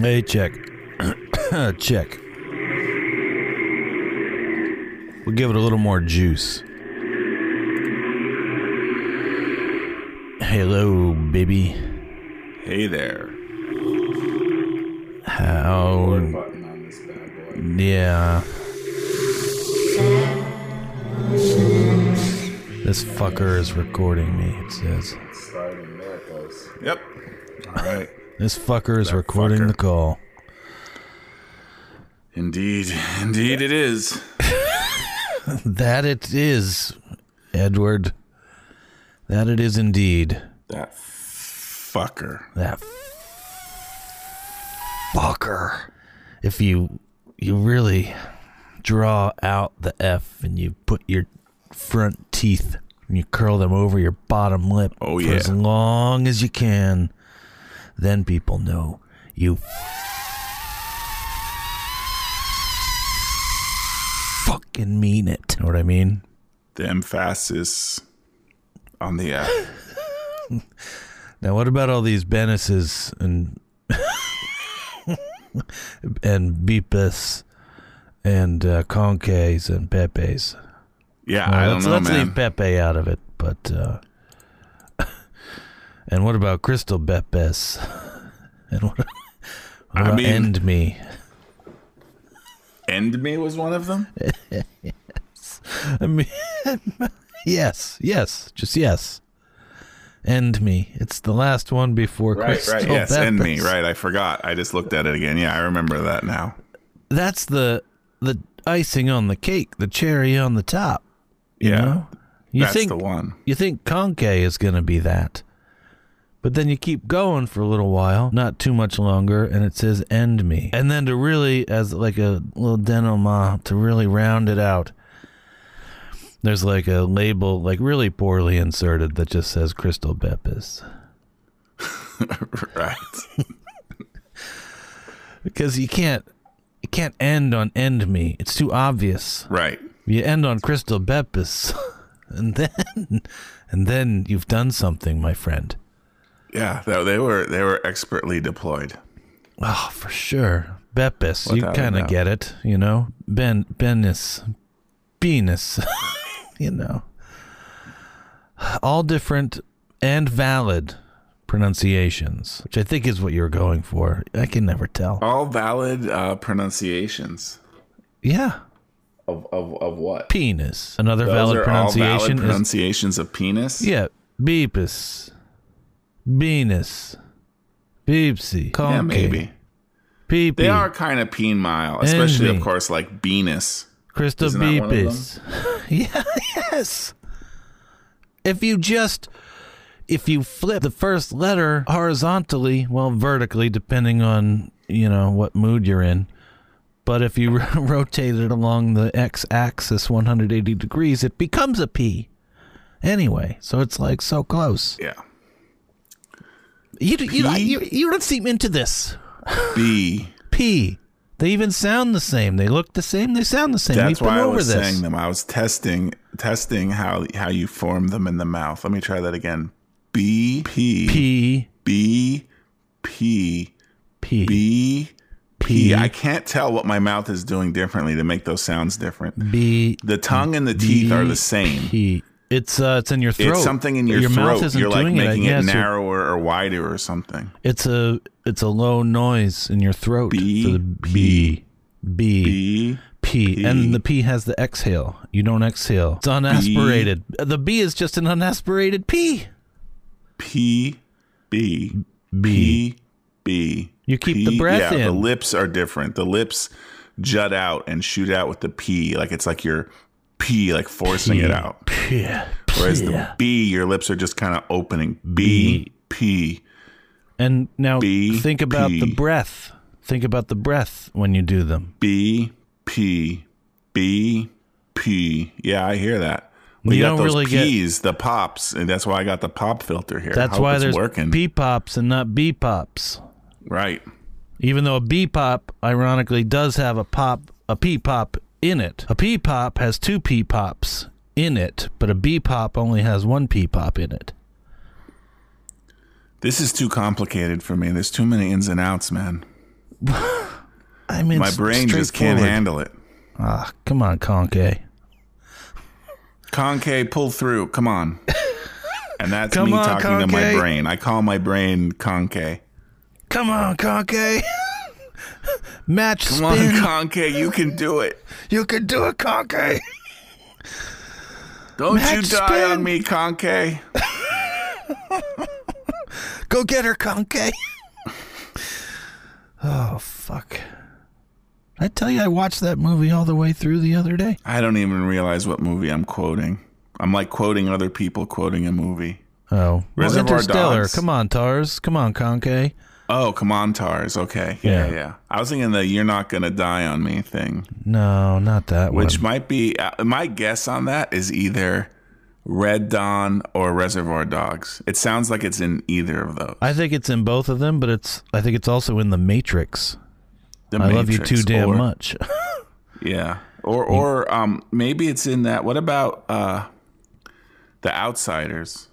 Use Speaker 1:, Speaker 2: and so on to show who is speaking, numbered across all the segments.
Speaker 1: May check. check. We'll give it a little more juice. Hello, baby.
Speaker 2: Hey there.
Speaker 1: How?
Speaker 3: button on this bad boy.
Speaker 1: Yeah. This fucker is recording me, it says.
Speaker 3: Starting miracles.
Speaker 2: Yep. All right.
Speaker 1: This fucker is recording
Speaker 2: fucker.
Speaker 1: the call.
Speaker 2: Indeed. Indeed, it is.
Speaker 1: That it is, Edward. That it is indeed.
Speaker 2: That fucker.
Speaker 1: That fucker. If you you really draw out the F and you put your front teeth and you curl them over your bottom lip
Speaker 2: Oh,
Speaker 1: for
Speaker 2: yeah.
Speaker 1: as long as you can, then people know you fucking mean it. Know what I mean?
Speaker 2: The emphasis on the F.
Speaker 1: Now, what about all these Benesses and and Beepus and uh, Conques and Pepes?
Speaker 2: Yeah,
Speaker 1: Well,
Speaker 2: I don't
Speaker 1: let's
Speaker 2: know,
Speaker 1: let's
Speaker 2: man.
Speaker 1: leave Pepe out of it, but uh, and what about Crystal Pepes? And what, what
Speaker 2: I
Speaker 1: about
Speaker 2: mean-
Speaker 1: End Me?
Speaker 2: End me was one of them.
Speaker 1: I mean, yes, yes, just yes. End Me. It's the last one before Crystal
Speaker 2: yes, end me.
Speaker 1: Pepes.
Speaker 2: Right, I forgot. I just looked at it again. Yeah, I remember that now.
Speaker 1: that's the the icing on the cake, the cherry on the top. You
Speaker 2: Yeah,
Speaker 1: know? you
Speaker 2: that's
Speaker 1: think
Speaker 2: the one.
Speaker 1: you think Conque is going to be that, but then you keep going for a little while, not too much longer, and it says "end me," and then to really, as like a little denouement, to really round it out. There's like a label, like really poorly inserted, that just says Crystal Beppis.
Speaker 2: right.
Speaker 1: Because you can't, you can't end on end me. It's too obvious.
Speaker 2: Right.
Speaker 1: You end on Crystal Beppis, and then, and then you've done something, my friend.
Speaker 2: Yeah, they, they were they were expertly deployed.
Speaker 1: Oh, for sure, Beppis.
Speaker 2: Without
Speaker 1: you
Speaker 2: a
Speaker 1: kind of
Speaker 2: doubt.
Speaker 1: get it, you know. Ben, Benis, Venus, you know. All different and valid pronunciations, which I think is what you're going for. I can never tell.
Speaker 2: All valid uh, pronunciations.
Speaker 1: Yeah,
Speaker 3: Of, of, of what?
Speaker 1: penis. Another
Speaker 2: Those
Speaker 1: valid
Speaker 2: are all
Speaker 1: pronunciation
Speaker 2: valid
Speaker 1: is
Speaker 2: pronunciations of penis.
Speaker 1: Yeah, Beepus, Venus, Beepsy, Conky,
Speaker 2: Yeah, maybe.
Speaker 1: Peepee,
Speaker 2: They are kind of penile, especially
Speaker 1: Envy.
Speaker 2: of course like Venus.
Speaker 1: Crystal
Speaker 2: Isn't that one of
Speaker 1: Beepus. yeah, yes. If you just, if you flip the first letter horizontally, well, vertically, depending on you know what mood you're in. But if you rotate it along the x-axis 180 degrees, it becomes a P. Anyway, so it's like so close.
Speaker 2: Yeah.
Speaker 1: You, you,
Speaker 2: P?
Speaker 1: you, you don't seem into this.
Speaker 2: B.
Speaker 1: P. They even sound the same. They look the same. They sound the same.
Speaker 2: That's
Speaker 1: We've been
Speaker 2: why I
Speaker 1: over
Speaker 2: was
Speaker 1: this.
Speaker 2: saying them. I was testing testing how how you form them in the mouth. Let me try that again. B P
Speaker 1: P.
Speaker 2: B P
Speaker 1: P.
Speaker 2: B
Speaker 1: P.
Speaker 2: P. I can't tell what my mouth is doing differently to make those sounds different.
Speaker 1: B.
Speaker 2: The tongue and the teeth are
Speaker 1: B-
Speaker 2: the same.
Speaker 1: P. It's uh, it's in your throat.
Speaker 2: It's something in your, throat.
Speaker 1: mouth isn't
Speaker 2: You're like
Speaker 1: doing
Speaker 2: making
Speaker 1: it. I
Speaker 2: it,
Speaker 1: guess. You're-
Speaker 2: narrower or wider or something.
Speaker 1: It's a it's a low noise in your throat.
Speaker 2: B-
Speaker 1: for the B. B.
Speaker 2: B
Speaker 1: P.
Speaker 2: P.
Speaker 1: And the P has the exhale. You don't exhale. It's unaspirated. The B is just an unaspirated P.
Speaker 2: P B
Speaker 1: B.
Speaker 2: P B.
Speaker 1: You keep
Speaker 2: P-
Speaker 1: the breath
Speaker 2: yeah, The
Speaker 1: in.
Speaker 2: lips are different. The lips jut out and shoot out with the P, like it's like you're P, like forcing it out.
Speaker 1: P.
Speaker 2: Whereas the B, your lips are just kind of opening. B P.
Speaker 1: And now
Speaker 2: B,
Speaker 1: think about the
Speaker 2: P.
Speaker 1: breath. Think about the breath when you do them.
Speaker 2: B P B P. Yeah, I hear that. We
Speaker 1: You
Speaker 2: got
Speaker 1: don't
Speaker 2: those
Speaker 1: really get-
Speaker 2: P's, the pops, and that's why I got the pop filter here.
Speaker 1: That's
Speaker 2: Hope
Speaker 1: why
Speaker 2: it's
Speaker 1: there's
Speaker 2: working.
Speaker 1: P pops and not B pops.
Speaker 2: right.
Speaker 1: Even though a B pop, ironically, does have a pop, a P pop in it. A P pop has two P pops in it, but a B pop only has one P pop in it.
Speaker 2: This is too complicated for me. There's too many ins and outs, man.
Speaker 1: I mean,
Speaker 2: My
Speaker 1: it's
Speaker 2: brain just can't
Speaker 1: straightforward.
Speaker 2: handle it.
Speaker 1: Ah, come on, Conke.
Speaker 2: Conke, pull through. Come on. And that's
Speaker 1: Come
Speaker 2: me
Speaker 1: on,
Speaker 2: talking to my
Speaker 1: Conke.
Speaker 2: brain. I call my brain Conke.
Speaker 1: Come on, Conke. Match
Speaker 2: Come on,
Speaker 1: spin.
Speaker 2: Conke, you can do it.
Speaker 1: you can do it, Conke.
Speaker 2: Don't
Speaker 1: Max
Speaker 2: you die
Speaker 1: spin.
Speaker 2: on me, Conke.
Speaker 1: Go get her, Conke. oh fuck! I tell you, I watched that movie all the way through the other day.
Speaker 2: I don't even realize what movie I'm quoting. I'm like quoting other people quoting a movie.
Speaker 1: Oh, well,
Speaker 2: Reservoir
Speaker 1: Interstellar.
Speaker 2: Dogs.
Speaker 1: Come on, Tars. Come on, Conke.
Speaker 2: Oh, Kamantars. Okay. Yeah,
Speaker 1: Yeah.
Speaker 2: yeah, I was thinking the "You're not gonna die on me" thing,
Speaker 1: No, not that one.
Speaker 2: which might be uh, my guess on that is either Red Dawn or Reservoir Dogs. It sounds like it's in either of those.
Speaker 1: I think it's in both of them, but it's I think it's also in the Matrix.
Speaker 2: The
Speaker 1: I love you too
Speaker 2: Matrix
Speaker 1: damn
Speaker 2: or-
Speaker 1: much.
Speaker 2: Yeah. Or or um maybe it's in that. What about uh the Outsiders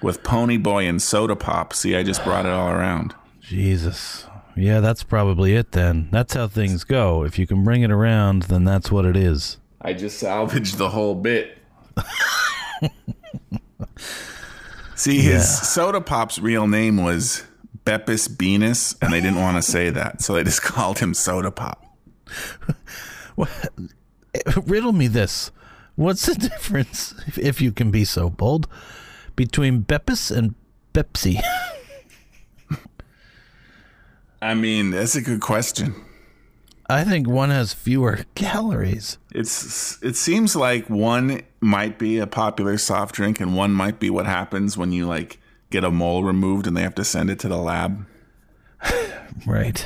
Speaker 2: with Pony Boy and Soda Pop? See, I just brought it all around.
Speaker 1: Jesus. Yeah, that's probably it then. That's how things go. If you can bring it around, then that's what it is.
Speaker 3: I just salvaged the whole bit.
Speaker 2: See, his Soda Pop's real name was Beppis Beanus, and they didn't want to say that, so they just called him Soda Pop.
Speaker 1: Riddle me this. What's the difference, if, if you can be so bold, between Beppis and Pepsi?
Speaker 2: I mean, that's a good question.
Speaker 1: I think one has fewer calories.
Speaker 2: It's it seems like one might be a popular soft drink, and one might be what happens when you like get a mole removed and they have to send it to the lab.
Speaker 1: Right.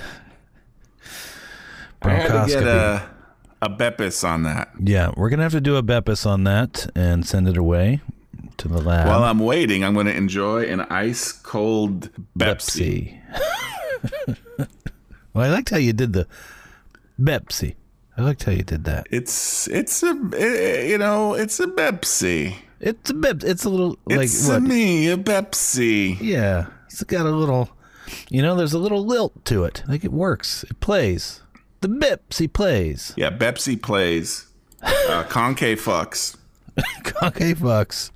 Speaker 2: I had to get
Speaker 1: Bronchoscopy.
Speaker 2: a a Beppis on that.
Speaker 1: Yeah, we're going to have to do a Beppis on that and send it away to the lab.
Speaker 2: While I'm waiting, I'm going to enjoy an ice cold Pepsi.
Speaker 1: Pepsi. well, I liked how you did the Pepsi. I liked how you did that.
Speaker 2: It's it's a eh, you know it's a Pepsi.
Speaker 1: It's a bit. It's a little like
Speaker 2: it's a
Speaker 1: what?
Speaker 2: me a Pepsi.
Speaker 1: yeah, it's got a little. You know, there's a little lilt to it. Like it works. It plays. The Pepsi plays.
Speaker 2: Yeah, Pepsi plays. Uh, Conke fucks.
Speaker 1: Conke fucks.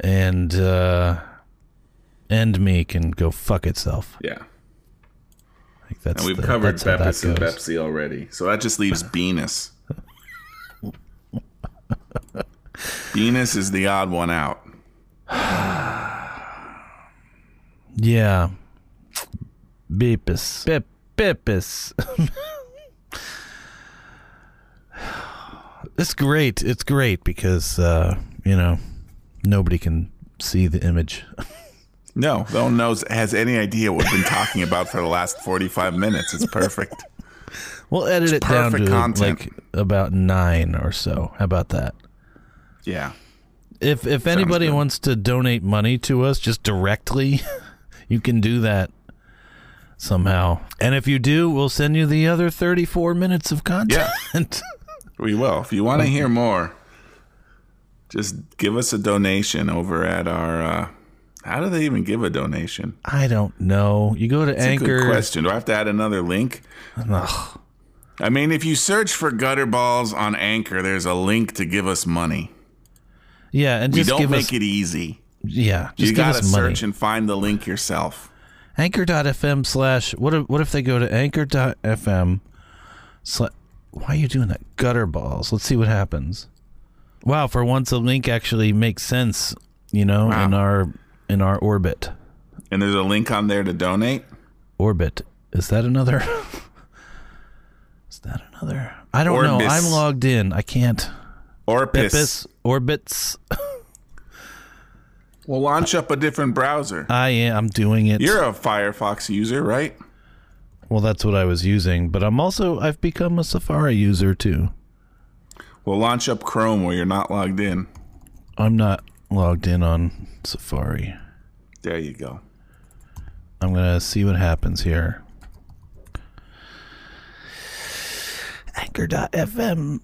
Speaker 1: And uh and me can go fuck itself.
Speaker 2: Yeah,
Speaker 1: Like that's
Speaker 2: and we've
Speaker 1: the-
Speaker 2: covered
Speaker 1: that's how that
Speaker 2: Beppis and
Speaker 1: goes.
Speaker 2: Pepsi already, so that just leaves Venus. Venus is the odd one out.
Speaker 1: Yeah. Beepus. Pep Pepus. it's great. It's great because uh, you know, nobody can see the image.
Speaker 2: No, no one knows has any idea what we've been talking about for the last forty-five minutes. It's perfect.
Speaker 1: We'll edit it down to
Speaker 2: perfect content.
Speaker 1: like about 9 or so. How about that?
Speaker 2: Yeah,
Speaker 1: If if anybody
Speaker 2: good.
Speaker 1: wants to donate money to us just directly, you can do that somehow. And if you do, we'll send you the other 34 minutes of content.
Speaker 2: we will. If you want to hear more, just give us a donation over at our. Uh, how do they even give a donation?
Speaker 1: I don't know. You go to
Speaker 2: That's a good
Speaker 1: Anchor.
Speaker 2: question. Do I have to add another link?
Speaker 1: Ugh.
Speaker 2: I mean, if you search for gutter balls on Anchor, there's a link to give us money.
Speaker 1: Yeah, and
Speaker 2: We
Speaker 1: just
Speaker 2: don't
Speaker 1: give
Speaker 2: make
Speaker 1: us
Speaker 2: it easy.
Speaker 1: yeah, just
Speaker 2: You
Speaker 1: give
Speaker 2: gotta
Speaker 1: us money.
Speaker 2: search and find the link yourself.
Speaker 1: Anchor.fm slash what if what if they go to anchor.fm slash why are you doing that? Gutter balls. Let's see what happens. Wow, for once a link actually makes sense, you know, in our in our orbit.
Speaker 2: And there's a link on there to donate.
Speaker 1: Orbit. Is that another? Is that another? I don't know.
Speaker 2: Orbis.
Speaker 1: I'm logged in. I can't.
Speaker 2: Or piss.
Speaker 1: Bippus, orbits.
Speaker 2: Well, launch up a different browser.
Speaker 1: I am. I'm doing it.
Speaker 2: You're a Firefox user, right?
Speaker 1: well, that's what I was using, but I'm also I've become a Safari user too.
Speaker 2: Well, launch up Chrome where you're not logged in.
Speaker 1: I'm not logged in on Safari.
Speaker 2: There you go.
Speaker 1: I'm gonna see what happens here. Anchor.fm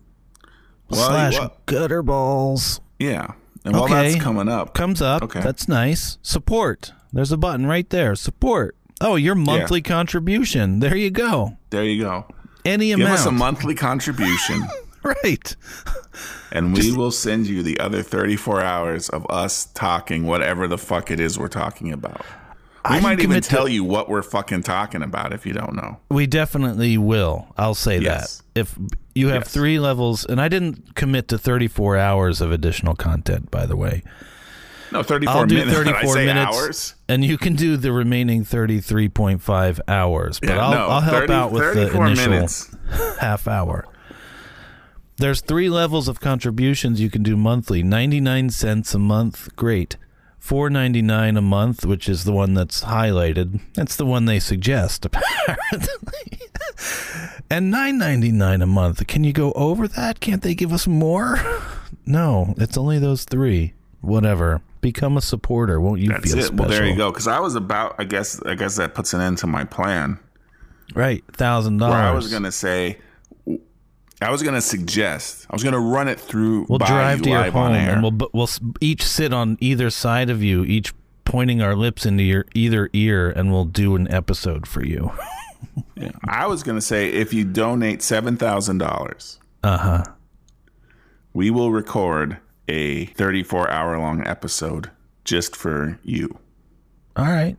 Speaker 2: Well,
Speaker 1: slash
Speaker 2: you- well,
Speaker 1: gutterballs
Speaker 2: yeah. And while
Speaker 1: Okay.
Speaker 2: that's coming up,
Speaker 1: comes up.
Speaker 2: Okay.
Speaker 1: That's nice. Support. There's a button right there. Support. Oh, your monthly contribution. There you go.
Speaker 2: There you go.
Speaker 1: Any
Speaker 2: Give
Speaker 1: amount.
Speaker 2: us a monthly contribution,
Speaker 1: Right.
Speaker 2: and we will send you the other 34 hours of us talking whatever the fuck it is we're talking about. We
Speaker 1: can
Speaker 2: might even
Speaker 1: commit to-
Speaker 2: tell you what we're fucking talking about if you don't know.
Speaker 1: We definitely will. I'll say
Speaker 2: Yes.
Speaker 1: that. If you have
Speaker 2: Yes.
Speaker 1: three levels, and I didn't commit to 34 hours of additional content, by the way.
Speaker 2: No, 34
Speaker 1: I'll do
Speaker 2: minutes. Did
Speaker 1: 34
Speaker 2: I say
Speaker 1: minutes.
Speaker 2: hours?
Speaker 1: And you can do the remaining 33.5 hours, but
Speaker 2: Yeah,
Speaker 1: I'll,
Speaker 2: no,
Speaker 1: I'll help
Speaker 2: 30
Speaker 1: out with the
Speaker 2: 34
Speaker 1: initial
Speaker 2: minutes.
Speaker 1: half hour. There's three levels of contributions you can do monthly. 99 cents a month, great. 4.99 a month, which is the one that's highlighted. That's the one they suggest apparently. and 9.99 a month. Can you go over that? Can't they give us more? No, it's only those 3. Whatever. Become a supporter. Won't you
Speaker 2: That's
Speaker 1: feel
Speaker 2: it.
Speaker 1: special?
Speaker 2: Well, there you go. Because I was about. I guess. I guess that puts an end to my plan.
Speaker 1: Right. $1,000.
Speaker 2: Where I was gonna say. I was gonna suggest. I was gonna run it through.
Speaker 1: We'll
Speaker 2: by
Speaker 1: drive
Speaker 2: you
Speaker 1: to your
Speaker 2: live on
Speaker 1: home,
Speaker 2: air.
Speaker 1: and we'll bu- we'll s- each sit on either side of you, each pointing our lips into your either ear, and we'll do an episode for you.
Speaker 2: I was gonna say if you donate seven thousand dollars,
Speaker 1: Uh huh.
Speaker 2: we will record a thirty-four hour long episode just for you.
Speaker 1: All right.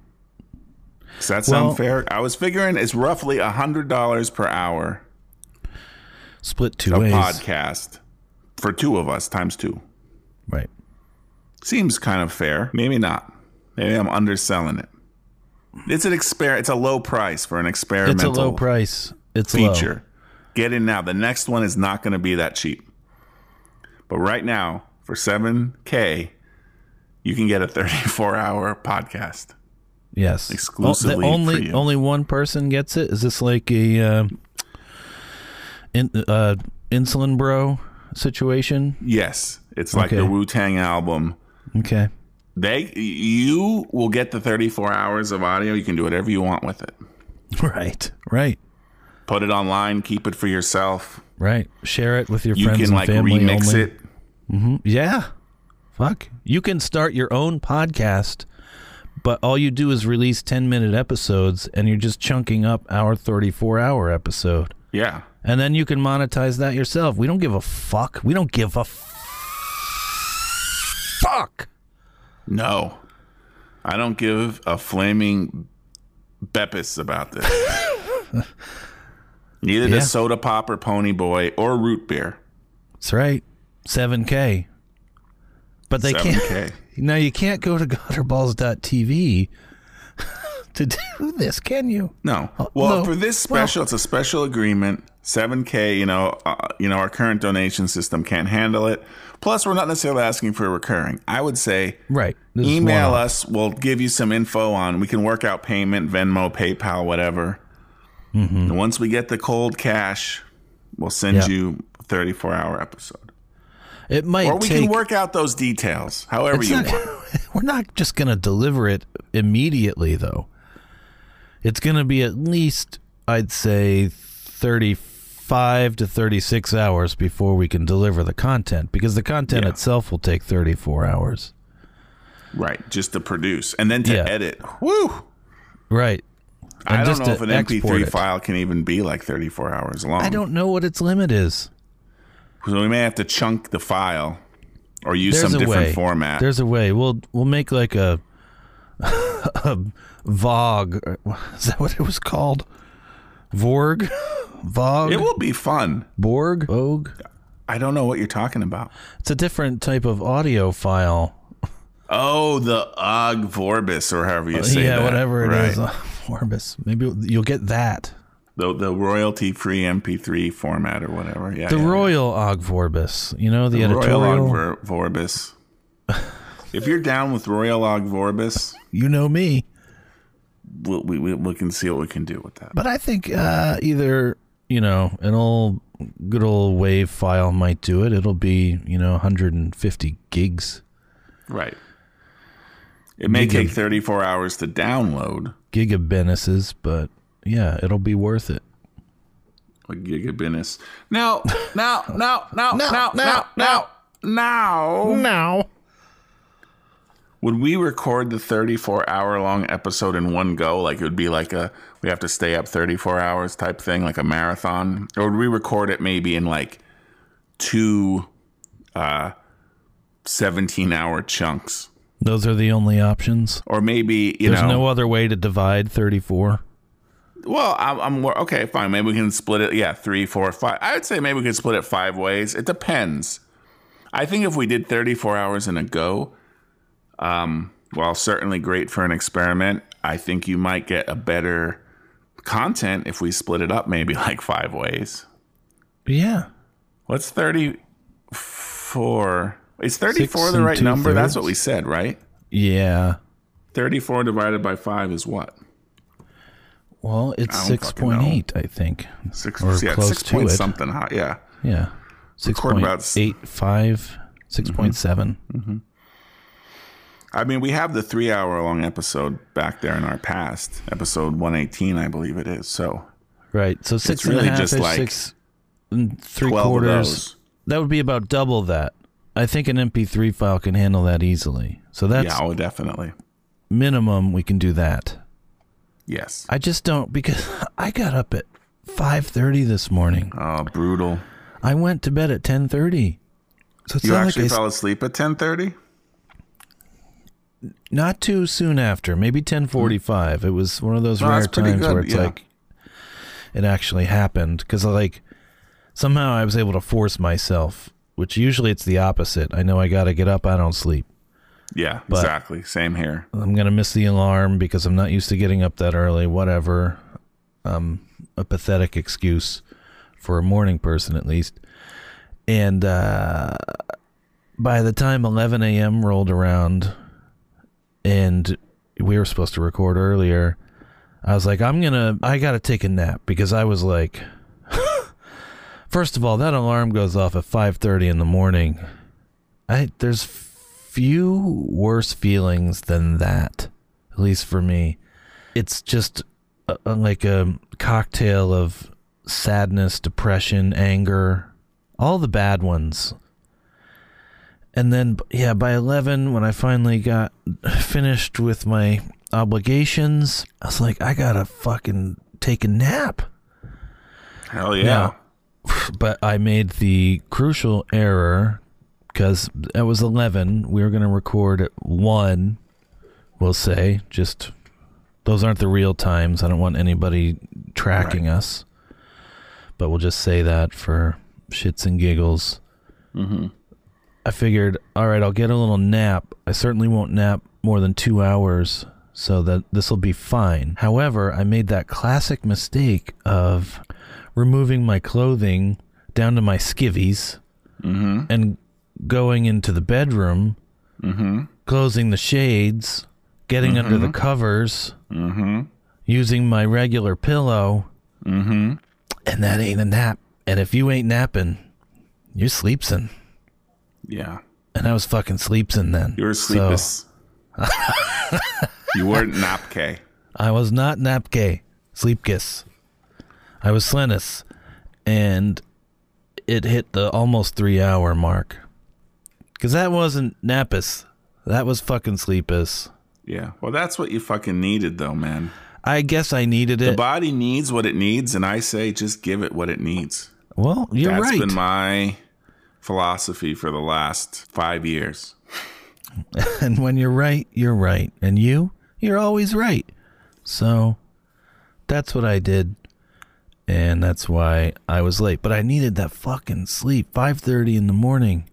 Speaker 2: Does that
Speaker 1: Well-
Speaker 2: sound fair? I was figuring it's roughly hundred dollars per hour
Speaker 1: Split two
Speaker 2: of
Speaker 1: ways.
Speaker 2: podcast for two of us times two.
Speaker 1: Right.
Speaker 2: Seems kind of fair. Maybe not. Maybe I'm underselling it. It's an exper. It's a low price for an experimental
Speaker 1: It's a low price. It's
Speaker 2: feature.
Speaker 1: low.
Speaker 2: Get in now. The next one is not going to be that cheap. But right now, for seven k, you can get a 34 hour podcast.
Speaker 1: Yes.
Speaker 2: Exclusively
Speaker 1: Oh,
Speaker 2: for
Speaker 1: the only
Speaker 2: you.
Speaker 1: only one person gets it. Is this like a uh, in, uh, insulin bro situation?
Speaker 2: Yes, it's like
Speaker 1: Okay.
Speaker 2: the Wu Tang album.
Speaker 1: Okay.
Speaker 2: They, you will get the 34 hours of audio. You can do whatever you want with it.
Speaker 1: Right. Right.
Speaker 2: Put it online. Keep it for yourself.
Speaker 1: Right. Share it with your
Speaker 2: You
Speaker 1: friends
Speaker 2: can
Speaker 1: and
Speaker 2: like
Speaker 1: family.
Speaker 2: remix
Speaker 1: only.
Speaker 2: it.
Speaker 1: Yeah. Fuck. You can start your own podcast, but all you do is release 10 minute episodes and you're just chunking up our 34 hour episode.
Speaker 2: Yeah.
Speaker 1: And then you can monetize that yourself. We don't give a fuck. We don't give a fuck.
Speaker 2: No. I don't give a flaming beppis about this. Neither
Speaker 1: Yeah.
Speaker 2: does Soda Pop or Pony Boy or Root Beer.
Speaker 1: That's right. 7K. But they can't.
Speaker 2: 7K.
Speaker 1: Now you can't go to gotterballs.tv to do this, can you?
Speaker 2: No. Well,
Speaker 1: no.
Speaker 2: for this special, it's a special agreement. 7K, you know, uh, you know, our current donation system can't handle it. Plus, we're not necessarily asking for recurring. I would say
Speaker 1: Right. This is
Speaker 2: email
Speaker 1: one-off.
Speaker 2: us. We'll give you some info on. We can work out payment, Venmo, PayPal, whatever. And once we get the cold cash, we'll send
Speaker 1: Mm-hmm. Yeah.
Speaker 2: you a 34 hour episode.
Speaker 1: It might
Speaker 2: Or we
Speaker 1: take
Speaker 2: can work out those details however
Speaker 1: It's
Speaker 2: you
Speaker 1: not-
Speaker 2: want.
Speaker 1: we're not just going to deliver it immediately, though. It's going to be at least, I'd say, 35 to 36 hours before we can deliver the content because the content
Speaker 2: Yeah.
Speaker 1: itself will take 34 hours.
Speaker 2: Right. Just to produce and then to
Speaker 1: Yeah.
Speaker 2: edit. Woo!
Speaker 1: Right. And
Speaker 2: I don't
Speaker 1: just
Speaker 2: know
Speaker 1: to
Speaker 2: if an
Speaker 1: export
Speaker 2: MP3
Speaker 1: it.
Speaker 2: file can even be like 34 hours long.
Speaker 1: I don't know what its limit is.
Speaker 2: So we may have to chunk the file or use
Speaker 1: There's
Speaker 2: some
Speaker 1: a
Speaker 2: different
Speaker 1: way.
Speaker 2: format.
Speaker 1: There's a way. We'll we'll make like a, a VOG. or- Is that what it was called? Vorg? Vog?
Speaker 2: it will be fun.
Speaker 1: Borg? Vogue?
Speaker 2: I don't know what you're talking about.
Speaker 1: It's a different type of audio file.
Speaker 2: Oh, the Og Vorbis or however you say
Speaker 1: Uh, yeah,
Speaker 2: that.
Speaker 1: whatever it is,
Speaker 2: Right.
Speaker 1: Orbis. Maybe you'll get that.
Speaker 2: The, the royalty free MP3 format or whatever. Yeah.
Speaker 1: The
Speaker 2: yeah,
Speaker 1: Royal Ogvorbis. You know, the,
Speaker 2: yeah.
Speaker 1: editorial.
Speaker 2: Royal Og Vor- Vorbis. if you're down with Royal Og Vorbis,
Speaker 1: You know me.
Speaker 2: we'll, we, we, we can see what we can do with that.
Speaker 1: But I think uh, either, you know, an old, good old WAV file might do it. It'll be, you know, 150 gigs,
Speaker 2: Right. It may
Speaker 1: Giga-
Speaker 2: take 34 hours to download
Speaker 1: gigabeneses, but yeah, it'll be worth it.
Speaker 2: a gigabenis. Now, now, now, now, now, now, now, now.
Speaker 1: Now.
Speaker 2: Would we record the 34 hour long episode in one go? Like it would be like a we have to stay up 34 hours type thing, like a marathon? Or would we record it maybe in like two uh 17 hour chunks?
Speaker 1: Those are the only options.
Speaker 2: Or maybe, you
Speaker 1: There's
Speaker 2: know,
Speaker 1: no other way to divide 34.
Speaker 2: Well, I'm, I'm wor- okay. Fine. Maybe we can split it. Yeah, three, four, five. I would say maybe we could split it five ways. It depends. I think if we did 34 hours in a go, um, while certainly great for an experiment, I think you might get a better content if we split it up maybe like five ways.
Speaker 1: Yeah.
Speaker 2: What's 34? Is 34 the
Speaker 1: and
Speaker 2: right number? That's
Speaker 1: two-thirds.
Speaker 2: what we said, right?
Speaker 1: Yeah.
Speaker 2: 34 divided by five is what?
Speaker 1: Well, it's
Speaker 2: I don't fucking know.
Speaker 1: 6.8, I think.
Speaker 2: Six,
Speaker 1: Or
Speaker 2: yeah,
Speaker 1: close
Speaker 2: six
Speaker 1: to
Speaker 2: point
Speaker 1: it.
Speaker 2: something high. Yeah.
Speaker 1: Yeah.
Speaker 2: Record about
Speaker 1: 6.85, 6.7.
Speaker 2: I mean, we have the three hour long episode back there in our past, episode 118, I believe it is. So
Speaker 1: Right. So six and a
Speaker 2: Mm-hmm. really
Speaker 1: half
Speaker 2: just
Speaker 1: or
Speaker 2: like
Speaker 1: six and three
Speaker 2: 12 of
Speaker 1: quarters.
Speaker 2: those.
Speaker 1: That would be about double that. I think an MP3 file can handle that easily. So that's
Speaker 2: yeah, oh, definitely.
Speaker 1: minimum we can do that.
Speaker 2: Yes.
Speaker 1: I just don't because I got up at 5:30 this morning.
Speaker 2: Oh, brutal.
Speaker 1: I went to bed at 10:30. So it's
Speaker 2: You
Speaker 1: not like I
Speaker 2: actually
Speaker 1: s-
Speaker 2: fell asleep at 1030?
Speaker 1: not too soon after, maybe 10:45. It was one of those
Speaker 2: No,
Speaker 1: rare
Speaker 2: that's pretty
Speaker 1: times where
Speaker 2: good,
Speaker 1: it's
Speaker 2: yeah.
Speaker 1: like it actually happened because like somehow I was able to force myself, which usually it's the opposite. I know I got to get up, I don't sleep.
Speaker 2: Yeah, exactly. Same here.
Speaker 1: I'm gonna miss the alarm because I'm not used to getting up that early. Whatever, um, a pathetic excuse for a morning person at least. And uh, by the time 11 a.m. rolled around, and we were supposed to record earlier, I was like, I'm gonna, I gotta take a nap because I was like, first of all, that alarm goes off at 5:30 in the morning. I there's few worse feelings than that, at least for me. It's just uh uh, like a cocktail of sadness, depression, anger, all the bad ones. And then, b- yeah, by 11, when I finally got finished with my obligations, I was like, I gotta fucking take a nap
Speaker 2: Hell yeah.
Speaker 1: Now- but I made the crucial error because it was 11. We were going to record at 1, we'll say. Just those aren't the real times. I don't want anybody tracking us. But we'll just say that for shits and giggles. I figured, all right, I'll get a little nap. I certainly won't nap more than two hours, so that this will be fine. However, I made that classic mistake of removing my clothing down to my skivvies and going into the bedroom, closing the shades, getting under the covers, using my regular pillow, and that ain't a nap. And if you ain't napping, you're sleepsin'
Speaker 2: Yeah.
Speaker 1: and I was fucking sleepsin then.
Speaker 2: You were
Speaker 1: So,
Speaker 2: sleepless. you weren't napke.
Speaker 1: I was not napke, sleep kiss. I was slenis, and it hit the almost three hour mark. Cause that wasn't napus, that was fucking sleepus.
Speaker 2: Yeah. Well, that's what you fucking needed, though, man.
Speaker 1: I guess I needed
Speaker 2: The
Speaker 1: it.
Speaker 2: body needs what it needs, and I say just give it what it needs.
Speaker 1: well, you're
Speaker 2: That's
Speaker 1: right.
Speaker 2: been my philosophy for the last five years.
Speaker 1: and when you're right, you're right, and you, you're always right. So that's what I did, and that's why I was late. But I needed that fucking sleep. Five thirty in the morning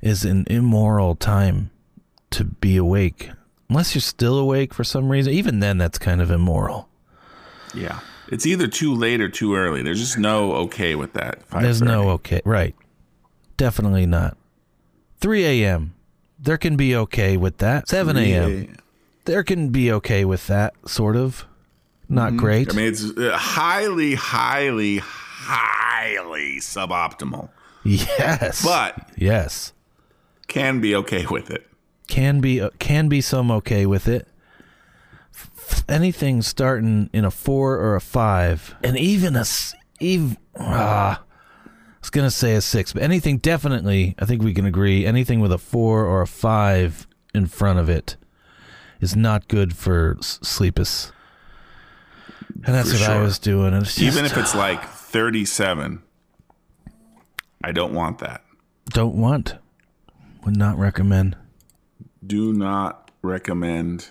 Speaker 1: is an immoral time to be awake, unless you're still awake for some reason. Even then, that's kind of immoral.
Speaker 2: Yeah. It's either too late or too early. There's just no okay with that.
Speaker 1: There's
Speaker 2: 5:30.
Speaker 1: no okay, right? Definitely not. Three a.m. There can be okay with that. Seven a.m.
Speaker 2: Yeah.
Speaker 1: there can be okay with that sort of not great
Speaker 2: Mm-hmm. I mean, it's uh, highly, highly, highly suboptimal,
Speaker 1: yes
Speaker 2: but
Speaker 1: yes
Speaker 2: can be okay with it.
Speaker 1: can be uh, can be some okay with it F- anything starting in a four or a five and even a s- ev- ah, i was gonna say a six but anything definitely i think we can agree anything with a four or a five in front of it is not good for s- sleepus. And that's
Speaker 2: For
Speaker 1: what I
Speaker 2: sure.
Speaker 1: was doing. and It's just,
Speaker 2: Even if it's like 37, I don't want that.
Speaker 1: don't want, would not recommend,
Speaker 2: Do not recommend,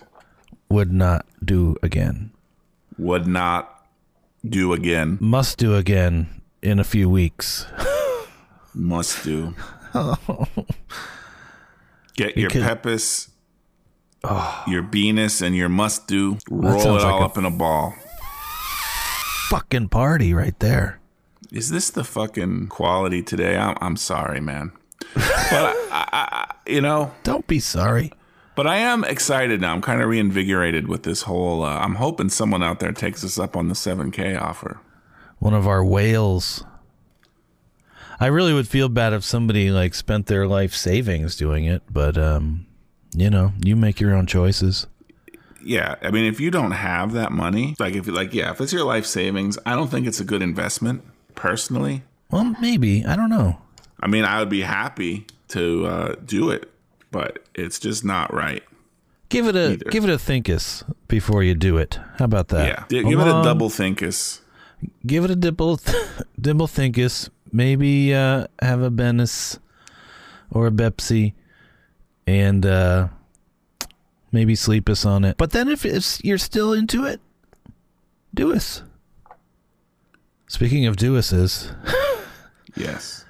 Speaker 1: would not do again,
Speaker 2: would not do again,
Speaker 1: must do again in a few weeks.
Speaker 2: must do. Get your
Speaker 1: Because-
Speaker 2: Pepis, your Venus, and your must do. Roll it
Speaker 1: sounds like
Speaker 2: all
Speaker 1: a-
Speaker 2: up in a ball.
Speaker 1: Fucking party right there.
Speaker 2: Is this the fucking quality today? I'm, I'm sorry, man. but I, I, I, you know,
Speaker 1: Don't be sorry.
Speaker 2: But I am excited now. I'm kind of reinvigorated with this whole. Uh, I'm hoping someone out there takes us up on the 7K offer.
Speaker 1: one of our whales. I really would feel bad if somebody like spent their life savings doing it, but um, you know, you make your own choices.
Speaker 2: Yeah, I mean, if you don't have that money, like if you like, yeah, if it's your life savings, I don't think it's a good investment personally.
Speaker 1: Well, maybe I don't know.
Speaker 2: I mean, I would be happy to uh, do it, but it's just not right.
Speaker 1: Give it a
Speaker 2: Either.
Speaker 1: give it a thinkus before you do it. How about that?
Speaker 2: Yeah, Um, Gi- give it a
Speaker 1: Along-
Speaker 2: double thinkus.
Speaker 1: Give it a dibble, th- dibble thinkus. Maybe uh, have a Benis or a Pepsi, and uh, maybe sleep us on it. But then if it's, you're still into it, do us. Speaking of do us's,
Speaker 2: Yes,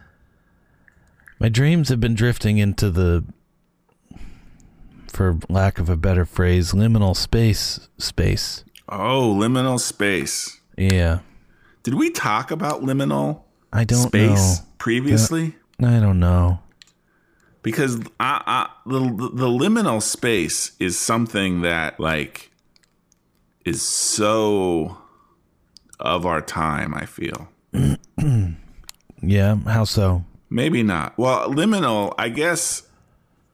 Speaker 1: my dreams have been drifting into the, for lack of a better phrase, liminal space space.
Speaker 2: Oh, liminal space.
Speaker 1: Yeah,
Speaker 2: Did we talk about liminal
Speaker 1: I don't
Speaker 2: space previously?
Speaker 1: know. I don't know.
Speaker 2: because I, I, the the liminal space is something that like is so of our time. I feel
Speaker 1: Yeah, how so?
Speaker 2: maybe not. Well, liminal, I guess.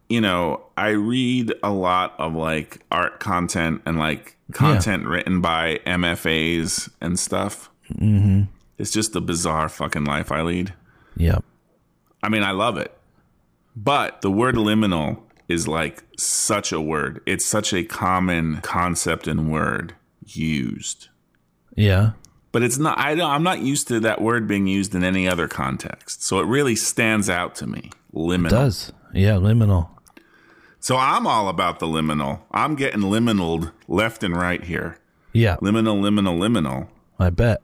Speaker 2: You know, I read a lot of like art content and like content written by MFAs and stuff. Mm-hmm. It's just the bizarre fucking life I lead.
Speaker 1: Yep.
Speaker 2: I mean, I love it. But the word liminal is like such a word. It's such a common concept and word used.
Speaker 1: Yeah.
Speaker 2: But it's not I don't, I'm not used to that word being used in any other context. So it really stands out to me. Liminal.
Speaker 1: Does. Yeah, liminal.
Speaker 2: So I'm all about the liminal. I'm getting liminaled left and right here.
Speaker 1: Yeah,
Speaker 2: Liminal, liminal, liminal.
Speaker 1: I bet.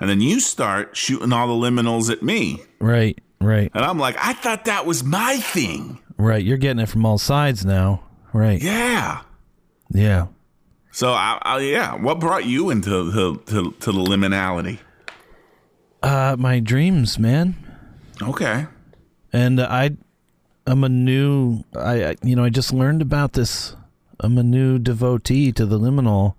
Speaker 2: And then you start shooting all the liminals at me.
Speaker 1: Right, right,
Speaker 2: And I'm like, I thought that was my thing.
Speaker 1: right. You're getting it from all sides now. Right.
Speaker 2: Yeah.
Speaker 1: Yeah.
Speaker 2: So, I, I, yeah, what brought you into to, to, to the liminality?
Speaker 1: Uh, my dreams, man.
Speaker 2: Okay.
Speaker 1: And I, I'm a new. I, I, you know, I just learned about this. I'm a new devotee to the liminal,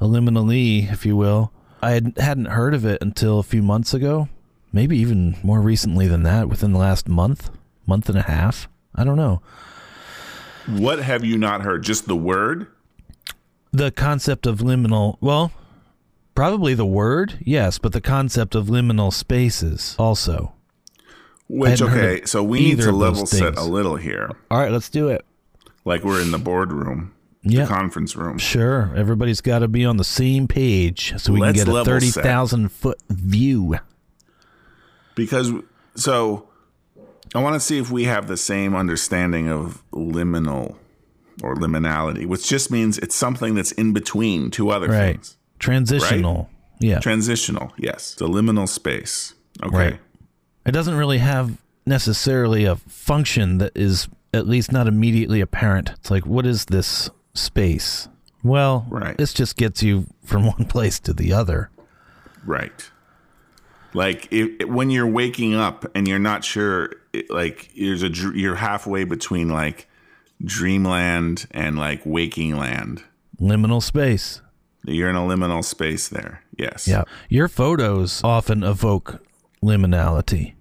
Speaker 1: a liminalee, if you will. I had, hadn't heard of it until a few months ago, maybe even more recently than that, within the last month, month and a half. I don't know.
Speaker 2: What have you not heard? Just the word?
Speaker 1: the concept of liminal well probably the word yes but the concept of liminal spaces also
Speaker 2: Which,
Speaker 1: hadn't heard
Speaker 2: okay,
Speaker 1: of
Speaker 2: so we need
Speaker 1: either
Speaker 2: to
Speaker 1: of
Speaker 2: level
Speaker 1: those
Speaker 2: set
Speaker 1: things.
Speaker 2: a little here.
Speaker 1: all right let's do it
Speaker 2: Like we're in the boardroom,
Speaker 1: yeah
Speaker 2: the conference room.
Speaker 1: sure everybody's got to be on the same page so we
Speaker 2: Let's
Speaker 1: can get a
Speaker 2: level set.
Speaker 1: 30,000 foot view
Speaker 2: Because, so I want to see if we have the same understanding of liminal or liminality, which just means it's something that's in between two other
Speaker 1: right
Speaker 2: things.
Speaker 1: transitional yeah
Speaker 2: Transitional, yes. The liminal space. Okay.
Speaker 1: Right. it doesn't really have necessarily a function that is at least not immediately apparent it's like what is this space well
Speaker 2: Right.
Speaker 1: this just gets you from one place to the other
Speaker 2: Right. Like if, when you're waking up and you're not sure, it, like there's a dr- you're halfway between like dreamland and like waking land.
Speaker 1: liminal space
Speaker 2: You're in a liminal space there. Yes.
Speaker 1: Yeah. Your photos often evoke liminality.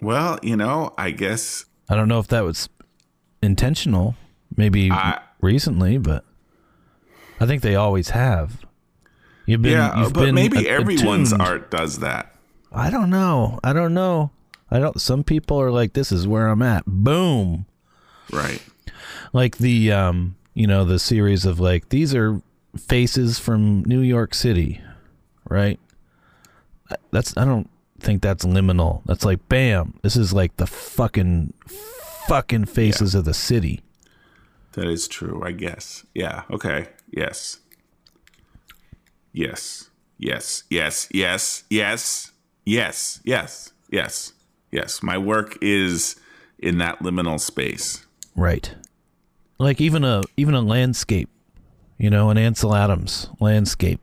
Speaker 2: Well, you know, I guess
Speaker 1: I don't know if that was intentional, maybe
Speaker 2: I-
Speaker 1: recently, but I think they always have. You've been,
Speaker 2: yeah,
Speaker 1: you've
Speaker 2: but
Speaker 1: been
Speaker 2: maybe
Speaker 1: a-
Speaker 2: everyone's
Speaker 1: attuned.
Speaker 2: art does that.
Speaker 1: I don't know. I don't know. I don't. Some people are like, "This is where I'm at." Boom.
Speaker 2: Right.
Speaker 1: like the um, you know, the series of like these are faces from New York City, right? That's I don't think that's liminal. That's like bam. This is like the fucking fucking faces of the city.
Speaker 2: That is true, I guess. Yeah. Okay. Yes. Yes. Yes. Yes. Yes. Yes. Yes. Yes. Yes. Yes. My work is in that liminal space.
Speaker 1: Right. Like even a even a landscape, you know, an Ansel Adams landscape,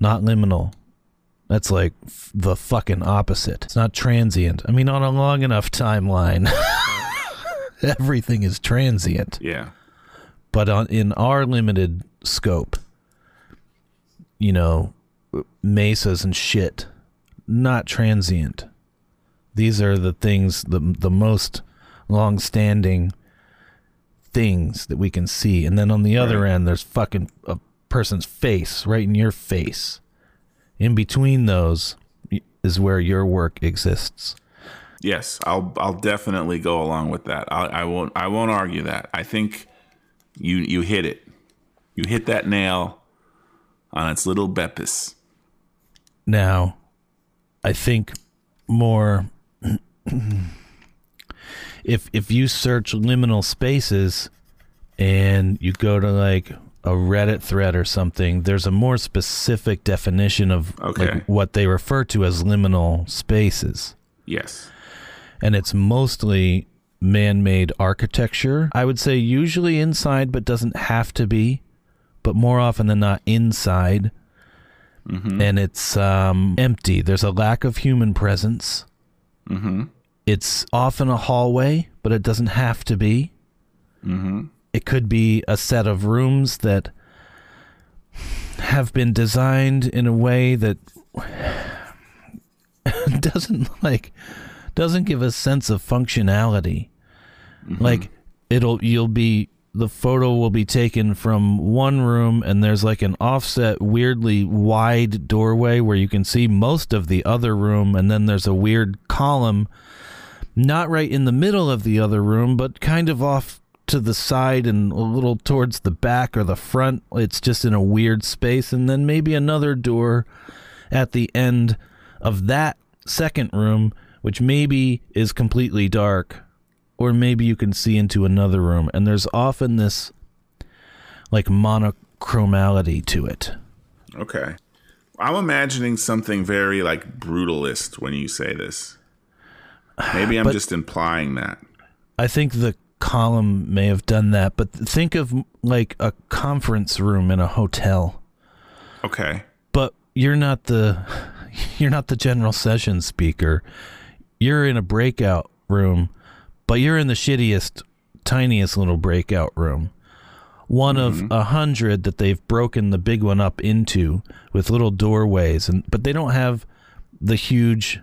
Speaker 1: not liminal. That's like f- the fucking opposite. It's not transient. I mean, on a long enough timeline, everything is transient.
Speaker 2: Yeah.
Speaker 1: But on, in our limited scope, you know, mesas and shit, not transient. These are the things, the the most long-standing things that we can see. And then on the other end, there's fucking a person's face right in your face. In between those y- is where your work exists.
Speaker 2: Yes, I'll I'll definitely go along with that. I, I won't I won't argue that. I think you you hit it. You hit that nail on its little beppis.
Speaker 1: Now, I think more if if you search liminal spaces and you go to like a Reddit thread or something, there's a more specific definition of
Speaker 2: Okay.
Speaker 1: like what they refer to as liminal spaces.
Speaker 2: Yes.
Speaker 1: and it's mostly man-made architecture. I would say usually inside, but doesn't have to be, but more often than not inside. And it's um, empty. There's a lack of human presence. Mm-hmm. It's often a hallway, but it doesn't have to be. Mm-hmm. It could be a set of rooms that have been designed in a way that doesn't like doesn't give a sense of functionality. Like it'll you'll be the photo will be taken from one room and there's like an offset weirdly wide doorway where you can see most of the other room and then there's a weird column not right in the middle of the other room but kind of off to the side and a little towards the back or the front it's just in a weird space and then maybe another door at the end of that second room, which maybe is completely dark, or maybe you can see into another room. And there's often this like monochromality to it.
Speaker 2: Okay. I'm imagining something very like brutalist when you say this. Maybe I'm just implying that.
Speaker 1: I think the column may have done that, but think of like a conference room in a hotel.
Speaker 2: Okay.
Speaker 1: but you're not the you're not the general session speaker. You're in a breakout room, but you're in the shittiest, tiniest little breakout room. One of a hundred that they've broken the big one up into with little doorways, and but they don't have the huge.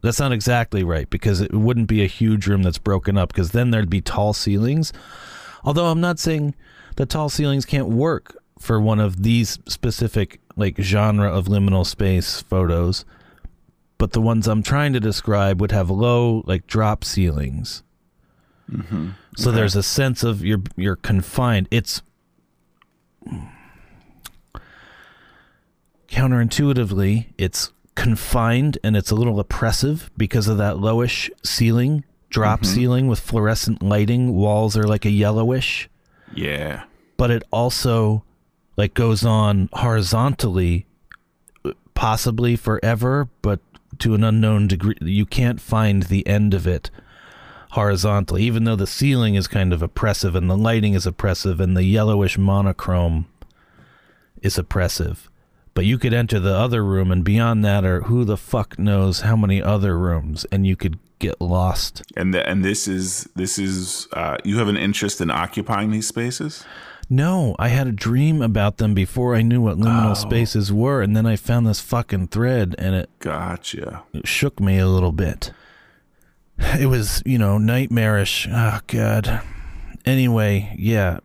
Speaker 1: That's not exactly right because it wouldn't be a huge room that's broken up because then there'd be tall ceilings. Although I'm not saying the tall ceilings can't work for one of these specific like genre of liminal space photos, but the ones I'm trying to describe would have low like drop ceilings. So there's a sense of you're you're confined. It's counterintuitively it's confined and it's a little oppressive because of that lowish ceiling, drop ceiling with fluorescent lighting. Walls are like a yellowish
Speaker 2: Yeah.
Speaker 1: but it also like goes on horizontally possibly forever but to an unknown degree you can't find the end of it horizontally even though the ceiling is kind of oppressive and the lighting is oppressive and the yellowish monochrome is oppressive but you could enter the other room and beyond that are who the fuck knows how many other rooms and you could get lost
Speaker 2: And the, and this is this is uh, you have an interest in occupying these spaces?
Speaker 1: No, I had a dream about them before I knew what liminal spaces were, and then I found this fucking thread and it,
Speaker 2: Gotcha.
Speaker 1: it shook me a little bit. It was, you know, nightmarish. Oh, God. Anyway, yeah.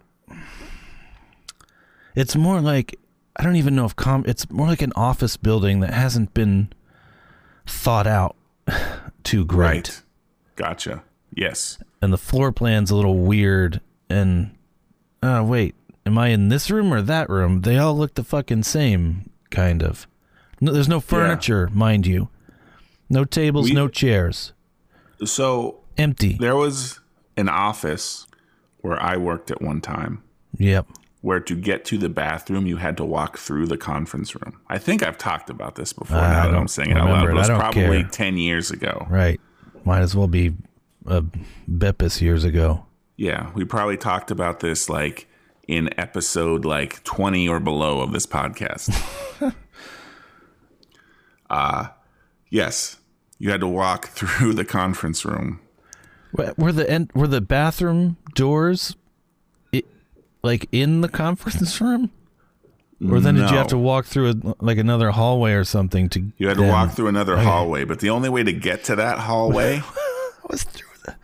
Speaker 1: It's more like, I don't even know if com, it's more like an office building that hasn't been thought out too great
Speaker 2: Gotcha. Yes.
Speaker 1: and the floor plan's a little weird and oh wait, am I in this room or that room? They all look the fucking same, kind of. No, there's no furniture, mind you. No tables,
Speaker 2: We-
Speaker 1: no chairs.
Speaker 2: So
Speaker 1: Empty.
Speaker 2: there was an office where I worked at one time
Speaker 1: Yep.
Speaker 2: where to get to the bathroom you had to walk through the conference room. I think I've talked about this before
Speaker 1: I
Speaker 2: now that
Speaker 1: don't
Speaker 2: I'm saying it out
Speaker 1: remember it.
Speaker 2: loud. It was
Speaker 1: I don't
Speaker 2: probably
Speaker 1: care.
Speaker 2: ten years ago.
Speaker 1: Right. Might as well be a Beppis years ago.
Speaker 2: Yeah. We probably talked about this like in episode like twenty or below of this podcast. uh yes. You had to walk through the conference room.
Speaker 1: Were were the en- were the bathroom doors, i like in the conference room, or then did you have to
Speaker 2: No.
Speaker 1: walk through a, like another hallway or something to?
Speaker 2: You had to
Speaker 1: them?
Speaker 2: walk through another hallway, but the only way to get to that hallway
Speaker 1: Was through the-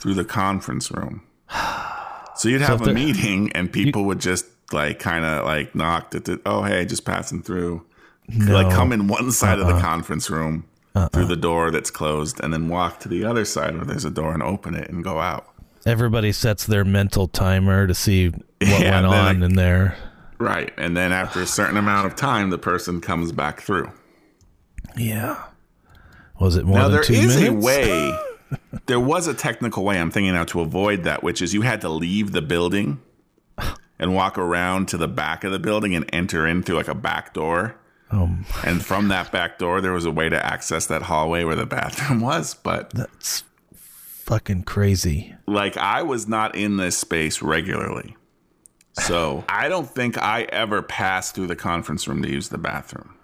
Speaker 2: through the conference room. So you'd have
Speaker 1: if
Speaker 2: a
Speaker 1: there-
Speaker 2: meeting, and people would just like kind of like knock at the oh hey, just passing through. Like come in one side of the conference room through the door that's closed, and then walk to the other side where there's a door and open it and go out.
Speaker 1: Everybody sets their mental timer to see what
Speaker 2: Yeah,
Speaker 1: went
Speaker 2: then
Speaker 1: on
Speaker 2: I-
Speaker 1: in there.
Speaker 2: Right, and then after a certain amount of time, the person comes back through.
Speaker 1: Yeah. Was it more
Speaker 2: Now
Speaker 1: than
Speaker 2: there
Speaker 1: two
Speaker 2: is
Speaker 1: minutes?
Speaker 2: a way. there was a technical way I'm thinking now to avoid that, which is you had to leave the building and walk around to the back of the building and enter in through like a back door.
Speaker 1: Um,
Speaker 2: And from that back door, there was a way to access that hallway where the bathroom was. But
Speaker 1: that's fucking crazy.
Speaker 2: like, I was not in this space regularly. So I don't think I ever passed through the conference room to use the bathroom.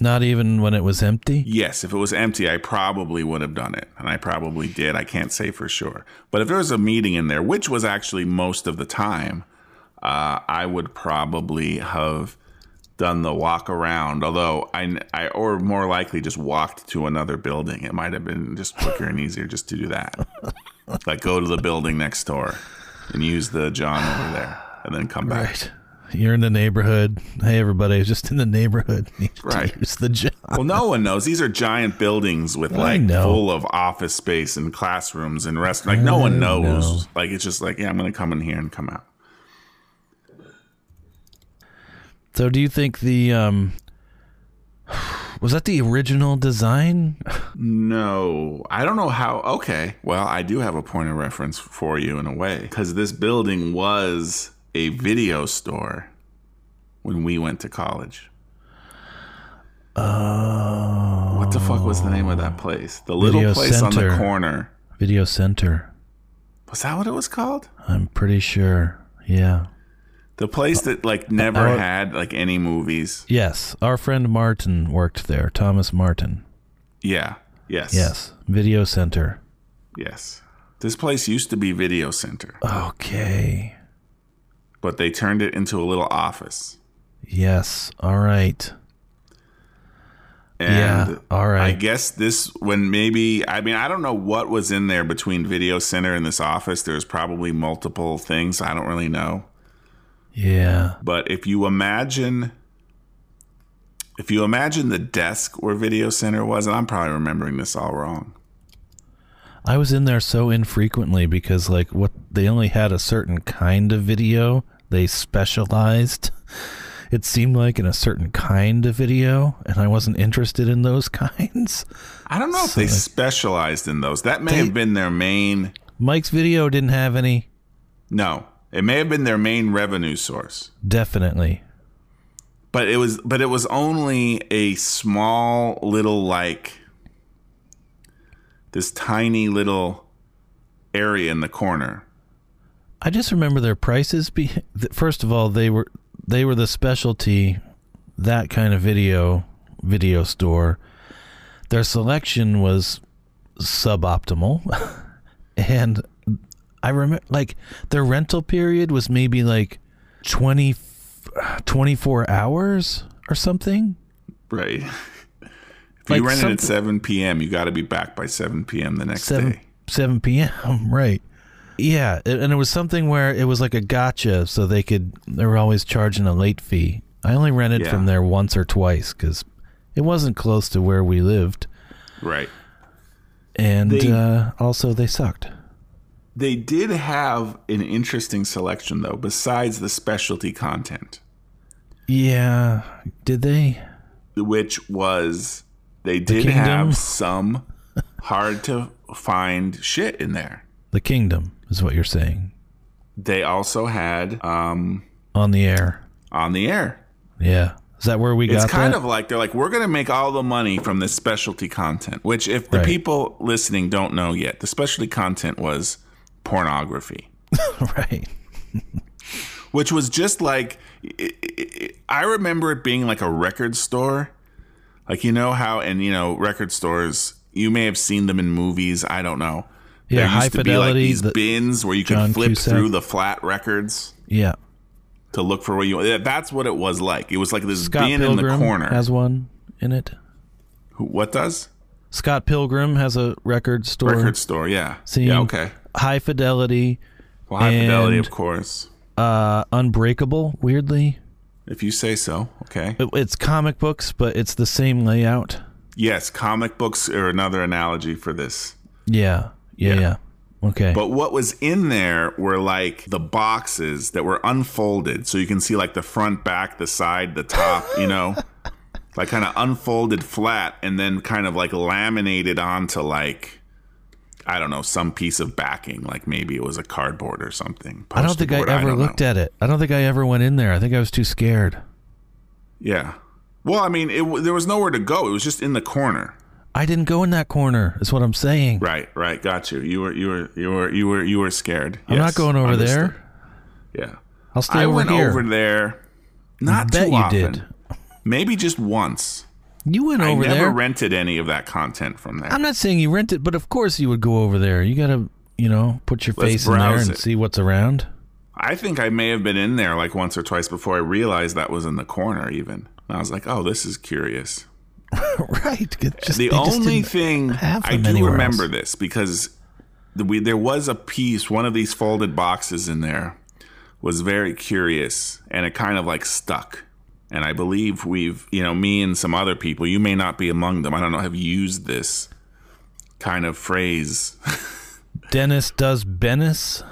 Speaker 1: Not even when it was empty.
Speaker 2: Yes, if it was empty, I probably would have done it. And I probably did. I can't say for sure. But if there was a meeting in there, which was actually most of the time, uh, I would probably have done the walk around. Although I, I, or more likely just walked to another building. It might have been just quicker and easier just to do that. like go to the building next door and use the John over there and then come back.
Speaker 1: Right. You're in the neighborhood. Hey, everybody, I was just in the neighborhood. Need to
Speaker 2: Right.
Speaker 1: Use the job.
Speaker 2: Well, no one knows. These are giant buildings with like
Speaker 1: know.
Speaker 2: full of office space and classrooms and rest. Like no one knows. Like it's just like yeah, I'm gonna come in here and come out.
Speaker 1: So do you think the um was that the original design?
Speaker 2: No, I don't know how. Okay, well, I do have a point of reference for you in a way because this building was a video store when we went to college.
Speaker 1: Oh,
Speaker 2: What the fuck was the name of that place? The little
Speaker 1: Video
Speaker 2: place on
Speaker 1: center.
Speaker 2: the corner.
Speaker 1: video center.
Speaker 2: Was that what it was called?
Speaker 1: I'm pretty sure. Yeah.
Speaker 2: The place that like never
Speaker 1: our-
Speaker 2: had like any movies.
Speaker 1: Yes, our friend Martin worked there. Thomas Martin.
Speaker 2: Yeah. Yes.
Speaker 1: Yes, video center.
Speaker 2: Yes. This place used to be video center,
Speaker 1: Okay.
Speaker 2: but they turned it into a little office.
Speaker 1: Yes. All right.
Speaker 2: And
Speaker 1: yeah. All
Speaker 2: I
Speaker 1: right.
Speaker 2: guess this when maybe I mean I don't know what was in there between video center and this office. There's probably multiple things. I don't really know.
Speaker 1: yeah.
Speaker 2: But if you imagine if you imagine the desk where video center was, and I'm probably remembering this all wrong.
Speaker 1: I was in there so infrequently because like what they only had a certain kind of video. They specialized it seemed like in a certain kind of video and I wasn't interested in those kinds.
Speaker 2: I don't know if they specialized in those. That may
Speaker 1: They-
Speaker 2: have been their main
Speaker 1: Mike's video didn't have any
Speaker 2: no. It may have been their main revenue source.
Speaker 1: definitely.
Speaker 2: but it was but it was only a small little like this tiny little area in the corner
Speaker 1: I just remember their prices be th- first of all they were they were the specialty that kind of video video store. Their selection was suboptimal and I remember like their rental period was maybe like 20 f- 24 hours or something.
Speaker 2: right if
Speaker 1: Like
Speaker 2: you rented
Speaker 1: something-
Speaker 2: at 7 p.m you got to be back by 7 p.m the next
Speaker 1: seven
Speaker 2: day
Speaker 1: seven p.m. Right. Yeah, a- and it was something where it was like a gotcha, so they could they were always charging a late fee. I only rented
Speaker 2: Yeah.
Speaker 1: from there once or twice because it wasn't close to where we lived,
Speaker 2: right
Speaker 1: and
Speaker 2: They-
Speaker 1: uh, also they sucked.
Speaker 2: They did have an interesting selection though, besides the specialty content,
Speaker 1: Yeah. Did they?
Speaker 2: which was they did
Speaker 1: Kingdom?
Speaker 2: have some hard to find shit in there.
Speaker 1: The kingdom is what you're saying.
Speaker 2: They also had um,
Speaker 1: On the air.
Speaker 2: on the air.
Speaker 1: Yeah. Is that where we got
Speaker 2: It's kind
Speaker 1: that?
Speaker 2: of like they're like, we're going to make all the money from this specialty content, which, if the
Speaker 1: Right.
Speaker 2: people listening don't know yet, the specialty content was pornography,
Speaker 1: right.
Speaker 2: which was just like, i i i I remember it being like a record store. Like, you know how, and you know, record stores, you may have seen them in movies. I don't know.
Speaker 1: Yeah,
Speaker 2: there used
Speaker 1: High
Speaker 2: to be
Speaker 1: Fidelity,
Speaker 2: like these
Speaker 1: the-
Speaker 2: bins where you could
Speaker 1: John
Speaker 2: flip
Speaker 1: Cusack.
Speaker 2: through the flat records
Speaker 1: Yeah.
Speaker 2: to look for what you yeah, That's what it was like. It was like this
Speaker 1: Scott
Speaker 2: bin
Speaker 1: Pilgrim
Speaker 2: in the corner.
Speaker 1: has one in it.
Speaker 2: Who- what does?
Speaker 1: Scott Pilgrim has a record store.
Speaker 2: Record store, yeah.
Speaker 1: scene.
Speaker 2: Yeah, okay.
Speaker 1: High Fidelity,
Speaker 2: Well, high fidelity,
Speaker 1: And-
Speaker 2: of course.
Speaker 1: uh, Unbreakable. Weirdly,
Speaker 2: If you say so, okay.
Speaker 1: It- it's comic books, but it's the same layout.
Speaker 2: Yes, comic books are another analogy for this.
Speaker 1: Yeah, yeah, yeah. Okay,
Speaker 2: But what was in there were like the boxes that were unfolded. So you can see like the front, back, the side, the top, you know, like kind of unfolded flat and then kind of like laminated onto like, I don't know, some piece of backing. Like maybe it was a cardboard or something.
Speaker 1: I don't think I ever looked at it. I don't think I ever went in there. I think I was too scared.
Speaker 2: Yeah. Well, I mean, it, w- there was nowhere to go. It was just in the corner.
Speaker 1: I didn't go in that corner. Is what I'm saying.
Speaker 2: Right, right, got you. You were, you were, you were, you were, you were scared.
Speaker 1: I'm not
Speaker 2: Yes,
Speaker 1: going over
Speaker 2: understood.
Speaker 1: there.
Speaker 2: Yeah,
Speaker 1: I'll stay
Speaker 2: I
Speaker 1: over
Speaker 2: went
Speaker 1: here.
Speaker 2: over there. Not
Speaker 1: Bet
Speaker 2: too
Speaker 1: you
Speaker 2: often.
Speaker 1: did.
Speaker 2: Maybe just once.
Speaker 1: You went
Speaker 2: I
Speaker 1: over
Speaker 2: never
Speaker 1: there.
Speaker 2: rented any of that content from there.
Speaker 1: I'm not saying you rent it, but of course you would go over there. You gotta, you know, put your
Speaker 2: Let's
Speaker 1: face in there
Speaker 2: browse
Speaker 1: and
Speaker 2: it.
Speaker 1: see what's around.
Speaker 2: I think I may have been in there like once or twice before I realized that was in the corner. Even and I was like, "Oh, this is curious."
Speaker 1: right. Just, they
Speaker 2: the
Speaker 1: just
Speaker 2: only
Speaker 1: didn't-
Speaker 2: thing
Speaker 1: have
Speaker 2: I
Speaker 1: them
Speaker 2: do
Speaker 1: anywhere
Speaker 2: remember
Speaker 1: else.
Speaker 2: this because the, we, there was a piece, one of these folded boxes in there was very curious and it kind of like stuck. And I believe we've, you know, me and some other people, you may not be among them, I don't know, have used this kind of phrase.
Speaker 1: Dennis does Bennis.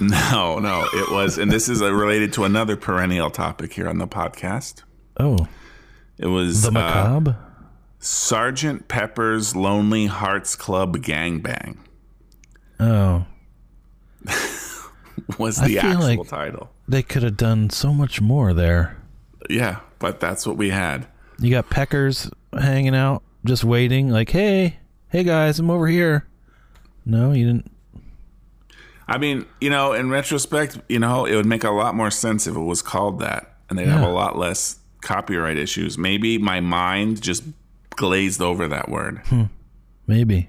Speaker 2: No, no, it was, and this is uh related to another perennial topic here on the podcast.
Speaker 1: Oh,
Speaker 2: It was
Speaker 1: the
Speaker 2: uh,
Speaker 1: macabre.
Speaker 2: Sergeant Pepper's Lonely Hearts Club Gangbang.
Speaker 1: oh,
Speaker 2: was
Speaker 1: I
Speaker 2: the
Speaker 1: feel
Speaker 2: actual
Speaker 1: like-
Speaker 2: title.
Speaker 1: they could have done so much more there.
Speaker 2: Yeah, but that's what we had.
Speaker 1: You got peckers hanging out, just waiting. Like, hey, hey guys, I'm over here. No, you didn't.
Speaker 2: I mean, you know, in retrospect, you know, it would make a lot more sense if it was called that, and they'd have
Speaker 1: Yeah.
Speaker 2: a lot less copyright issues. Maybe my mind just glazed over that word,
Speaker 1: Hmm. Maybe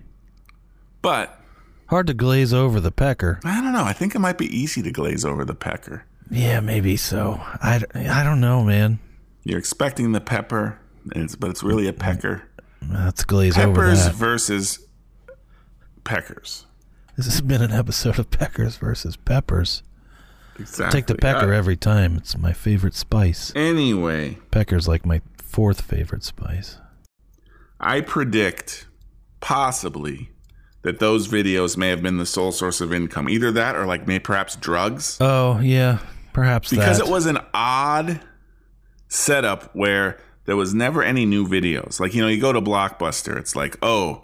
Speaker 2: but
Speaker 1: hard to glaze over the pecker.
Speaker 2: I don't know. I think it might be easy to glaze over the pecker.
Speaker 1: Yeah, maybe so. I, d- I don't know, man.
Speaker 2: You're expecting the pepper, and it's, but it's really
Speaker 1: Mm-hmm.
Speaker 2: a pecker.
Speaker 1: That's glaze over
Speaker 2: Peppers
Speaker 1: that.
Speaker 2: versus peckers.
Speaker 1: This has been an episode of Peckers versus Peppers.
Speaker 2: Exactly.
Speaker 1: Take the pecker
Speaker 2: Uh,
Speaker 1: every time. It's my favorite spice.
Speaker 2: anyway.
Speaker 1: Pecker's like my fourth favorite spice.
Speaker 2: I predict, possibly, that those videos may have been the sole source of income. Either that or like may perhaps drugs.
Speaker 1: Oh yeah, perhaps
Speaker 2: Because
Speaker 1: that.
Speaker 2: it was an odd setup where there was never any new videos. Like, you know, you go to Blockbuster, it's like, oh,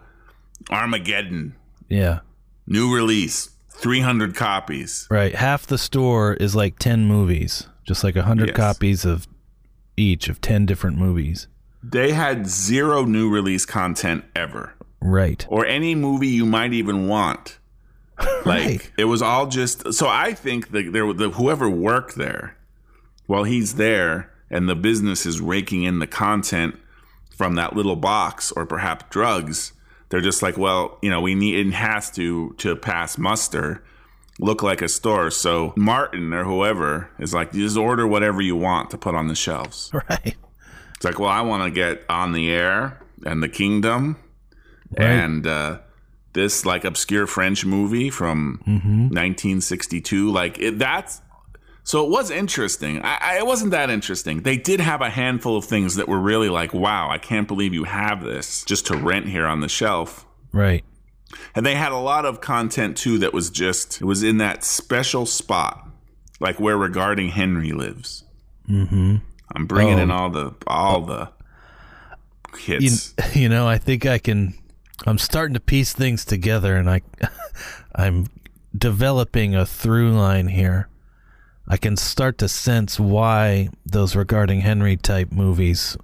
Speaker 2: Armageddon,
Speaker 1: yeah,
Speaker 2: new release, 300 copies.
Speaker 1: right. Half the store is like ten movies, just like a hundred
Speaker 2: Yes.
Speaker 1: copies of each of ten different movies.
Speaker 2: They had zero new release content ever.
Speaker 1: Right.
Speaker 2: or any movie you might even want. Like
Speaker 1: Right.
Speaker 2: it was all just so I think that there the whoever worked there while he's there and the business is raking in the content from that little box or perhaps drugs they're just like well you know we need it has to to pass muster look like a store so Martin or whoever is like just order whatever you want to put on the shelves
Speaker 1: Right.
Speaker 2: it's like, well, I want to get on the air and the kingdom and uh, this like obscure French movie from 1962. Like it, that's so it was interesting. I, I, it wasn't that interesting. They did have a handful of things that were really like, wow, I can't believe you have this just to rent here on the shelf.
Speaker 1: Right.
Speaker 2: And they had a lot of content too that was just it was in that special spot, like where regarding Henry lives. Mm-hmm. I'm bringing in all the all the
Speaker 1: You,
Speaker 2: hits.
Speaker 1: you know, I think I can. I'm starting to piece things together, and I, I'm developing a through line here. I can start to sense why those regarding Henry type movies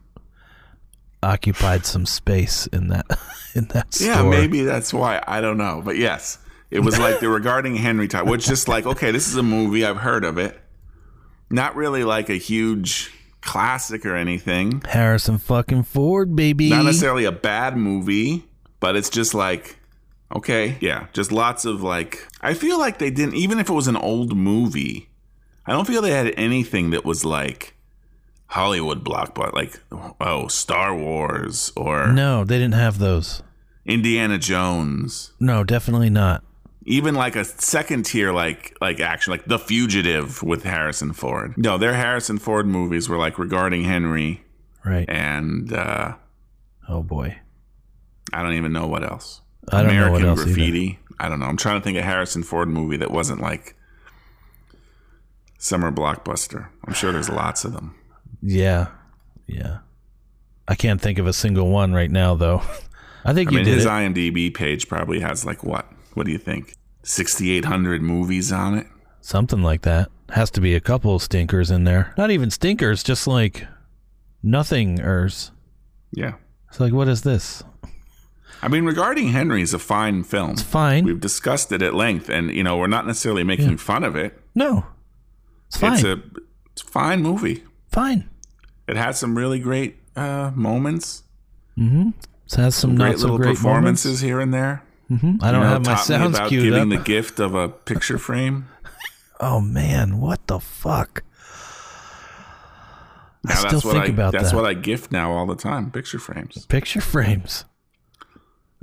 Speaker 1: occupied some space in that in that
Speaker 2: yeah,
Speaker 1: store.
Speaker 2: maybe that's why I don't know, but yes, it was like the regarding Henry type, which just like okay, this is a movie I've heard of it, not really like a huge classic or anything.
Speaker 1: Harrison fucking Ford, baby.
Speaker 2: not necessarily a bad movie, but it's just like okay, yeah, just lots of like I feel like they didn't even if it was an old movie, I don't feel they had anything that was like Hollywood blockbuster like oh, Star Wars or
Speaker 1: no, they didn't have those.
Speaker 2: Indiana Jones.
Speaker 1: No, definitely not.
Speaker 2: Even like a second tier like like action like The Fugitive with Harrison Ford. No, their Harrison Ford movies were like regarding Henry
Speaker 1: Right.
Speaker 2: and uh
Speaker 1: Oh boy.
Speaker 2: I don't even know what else.
Speaker 1: I don't know
Speaker 2: American
Speaker 1: what else either.
Speaker 2: Graffiti. I don't know. I'm trying to think of a Harrison Ford movie that wasn't like summer blockbuster. I'm sure there's lots of them.
Speaker 1: Yeah. Yeah. I can't think of a single one right now though. I think
Speaker 2: I
Speaker 1: you
Speaker 2: mean,
Speaker 1: did
Speaker 2: his
Speaker 1: it.
Speaker 2: IMDb page probably has like what? What do you think? 6,800 movies on it.
Speaker 1: something like that. Has to be a couple stinkers in there. Not even stinkers, just like nothingers.
Speaker 2: Yeah.
Speaker 1: It's like what is this?
Speaker 2: I mean, regarding Henry is a fine film.
Speaker 1: It's fine.
Speaker 2: We've discussed it at length, and you know we're not necessarily making fun of it.
Speaker 1: no. It's fine.
Speaker 2: It's a it's a fine movie.
Speaker 1: fine.
Speaker 2: It had some really great uh, moments,
Speaker 1: It has some
Speaker 2: great
Speaker 1: not so
Speaker 2: little
Speaker 1: great
Speaker 2: performances here and there.
Speaker 1: Moments. I don't
Speaker 2: You know,
Speaker 1: have my
Speaker 2: taught me
Speaker 1: sounds
Speaker 2: about
Speaker 1: queued up.
Speaker 2: giving the gift of a picture frame.
Speaker 1: oh man, what the fuck?
Speaker 2: Now
Speaker 1: still
Speaker 2: that's what
Speaker 1: think
Speaker 2: I,
Speaker 1: about
Speaker 2: That's
Speaker 1: that.
Speaker 2: what I gift now all the time. Picture frames.
Speaker 1: Picture frames.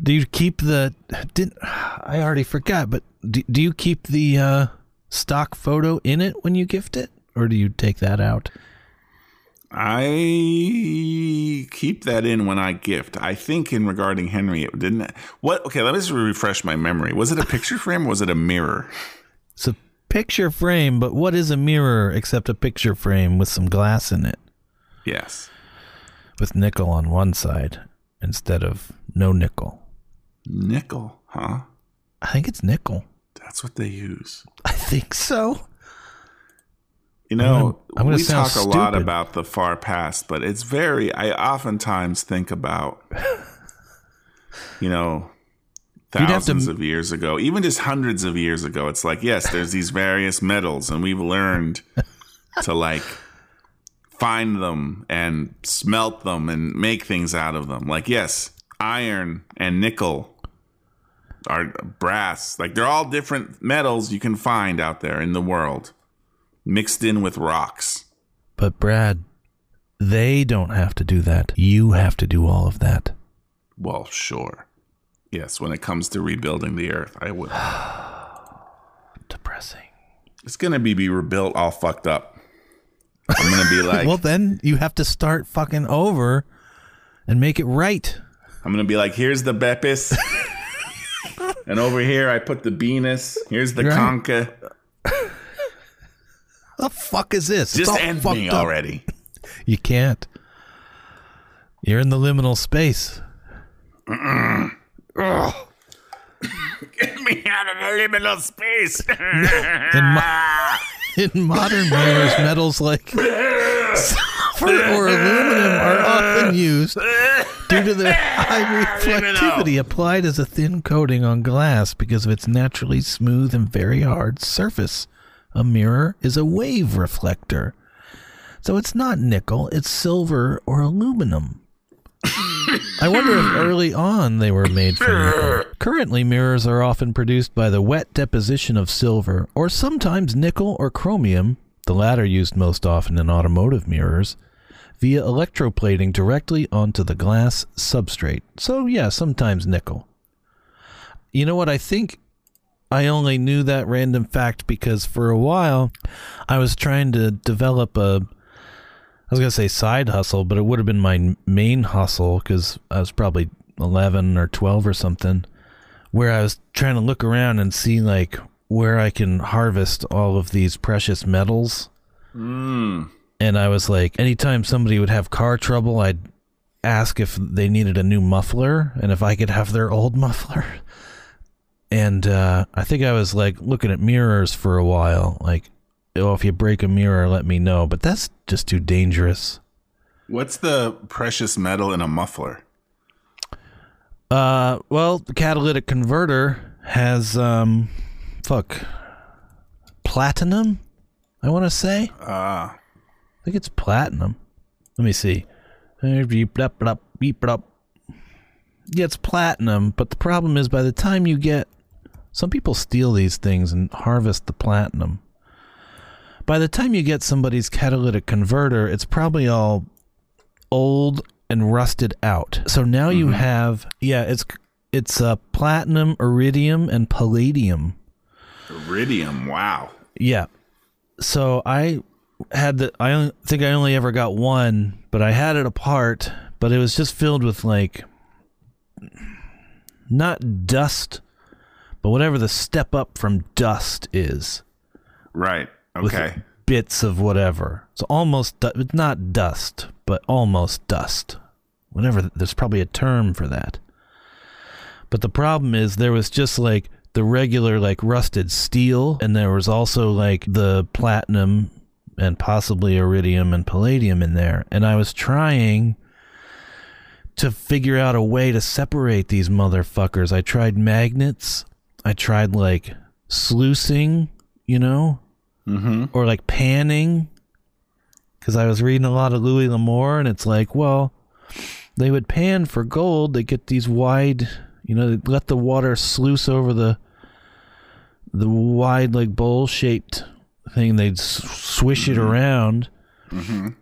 Speaker 1: Do you keep the didn't I already forgot, but do, do you keep the uh stock photo in it when you gift it or do you take that out?
Speaker 2: I keep that in when I gift. I think in regarding Henry, it didn't. What? Okay, let me just refresh my memory. Was it a picture frame? or Was it a mirror?
Speaker 1: It's a picture frame, but what is a mirror except a picture frame with some glass in it
Speaker 2: Yes.
Speaker 1: with nickel on one side instead of no nickel.
Speaker 2: Nickel, huh?
Speaker 1: I think it's nickel.
Speaker 2: That's what they use.
Speaker 1: I think so.
Speaker 2: You know,
Speaker 1: I'm gonna
Speaker 2: we
Speaker 1: sound
Speaker 2: talk a lot
Speaker 1: stupid.
Speaker 2: about the far past, but it's very. I oftentimes think about, you know,
Speaker 1: You'd have to-
Speaker 2: thousands of years ago, even just hundreds of years ago. It's like, yes, there's these various metals, and we've learned to like find them and smelt them and make things out of them. Like, yes, iron and nickel are brass. Like, they're all different metals you can find out there in the world mixed in with rocks.
Speaker 1: But Brad, they don't have to do that. You have to do all of that.
Speaker 2: Well, sure. Yes, when it comes to rebuilding the earth, I will.
Speaker 1: Depressing.
Speaker 2: It's going to be, be rebuilt all fucked up. I'm going to be like
Speaker 1: well, then you have to start fucking over and make it right.
Speaker 2: I'm going to be like here's the Bepis. and over here I put the Venus. Here's the
Speaker 1: Right.
Speaker 2: Conca.
Speaker 1: The fuck is this? It's
Speaker 2: Just
Speaker 1: all
Speaker 2: end
Speaker 1: fucked
Speaker 2: me
Speaker 1: up.
Speaker 2: already.
Speaker 1: You can't. You're in the liminal space.
Speaker 2: Get me out of the liminal space.
Speaker 1: In, mo- in modern mirrors, metals like silver or aluminum are often used due to their high reflectivity applied as a thin coating on glass because of its naturally smooth and very hard surface. A mirror is a wave reflector. So it's not nickel, it's silver or aluminum. I wonder if early on they were made from nickel. Currently, mirrors are often produced by the wet deposition of silver, or sometimes nickel or chromium, the latter used most often in automotive mirrors, via electroplating directly onto the glass substrate. So, yeah, sometimes nickel. You know what? I think I only knew that random fact because for a while I was trying to develop a I was gonna say side hustle, but it would have been my main hustle because I was probably eleven or twelve or something, where I was trying to look around and see like where I can harvest all of these precious metals.
Speaker 2: Hmm.
Speaker 1: And I was like, anytime somebody would have car trouble, I'd ask if they needed a new muffler and if I could have their old muffler. And uh, I think I was like looking at mirrors for a while, like, oh, if you break a mirror, let me know. But that's just too dangerous.
Speaker 2: What's the precious metal in a muffler?
Speaker 1: Uh, well, the catalytic converter has um, fuck, platinum. I want to say. Ah. I think it's platinum. Let me see. Uh, beep, blah, blah, beep, blah. Yeah, it's platinum, but the problem is by the time you get, some people steal these things and harvest the platinum. By the time you get somebody's catalytic converter, it's probably all old and rusted out. So now you have yeah, it's it's uh, platinum, iridium, and palladium.
Speaker 2: Iridium. Wow.
Speaker 1: Yeah. So I had the I only, think I only ever got one, but I had it apart, but it was just filled with like not dust, but whatever the step up from dust is
Speaker 2: Right.
Speaker 1: with
Speaker 2: Okay.
Speaker 1: bits of whatever. It's almost du- it's not dust, but almost dust. Whatever th- there's probably a term for that. But the problem is there was just like the regular like rusted steel and there was also like the platinum and possibly iridium and palladium in there and I was trying to figure out a way to separate these motherfuckers. I tried magnets. I tried like sluicing, you know, or like panning because i was reading a lot of louis l'amour and it's like well they would pan for gold they get these wide you know they let the water sluice over the the wide like bowl shaped thing they'd s- swish it around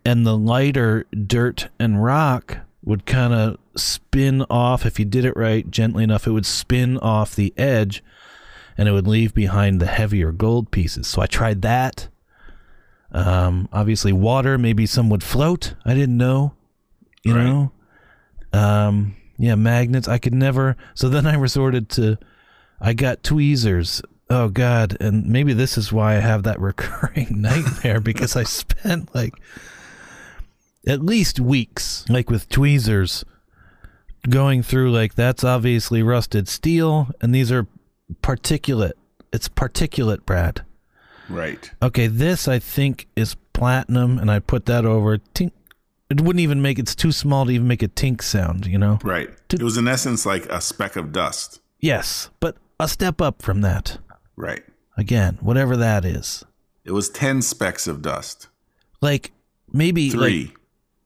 Speaker 1: and the lighter dirt and rock would kind of spin off if you did it right gently enough it would spin off the edge and it would leave behind the heavier gold pieces. So I tried that. Um, obviously, water, maybe some would float. I didn't know, you know. Um, yeah, magnets. I could never. So then I resorted to, I got tweezers. Oh God! And maybe this is why I have that recurring nightmare because I spent like at least weeks, like with tweezers, going through like that's obviously rusted steel, and these are particulate. It's particulate, Brad.
Speaker 2: Right.
Speaker 1: Okay, this I think is platinum, and I put that over. Tink. It wouldn't even make. It's too small to even make a tink sound. You know.
Speaker 2: Right. It was in essence like a speck of dust.
Speaker 1: Yes, but a step up from that.
Speaker 2: Right.
Speaker 1: Again, whatever that is,
Speaker 2: It was 10 specks of dust.
Speaker 1: like maybe
Speaker 2: Three.
Speaker 1: like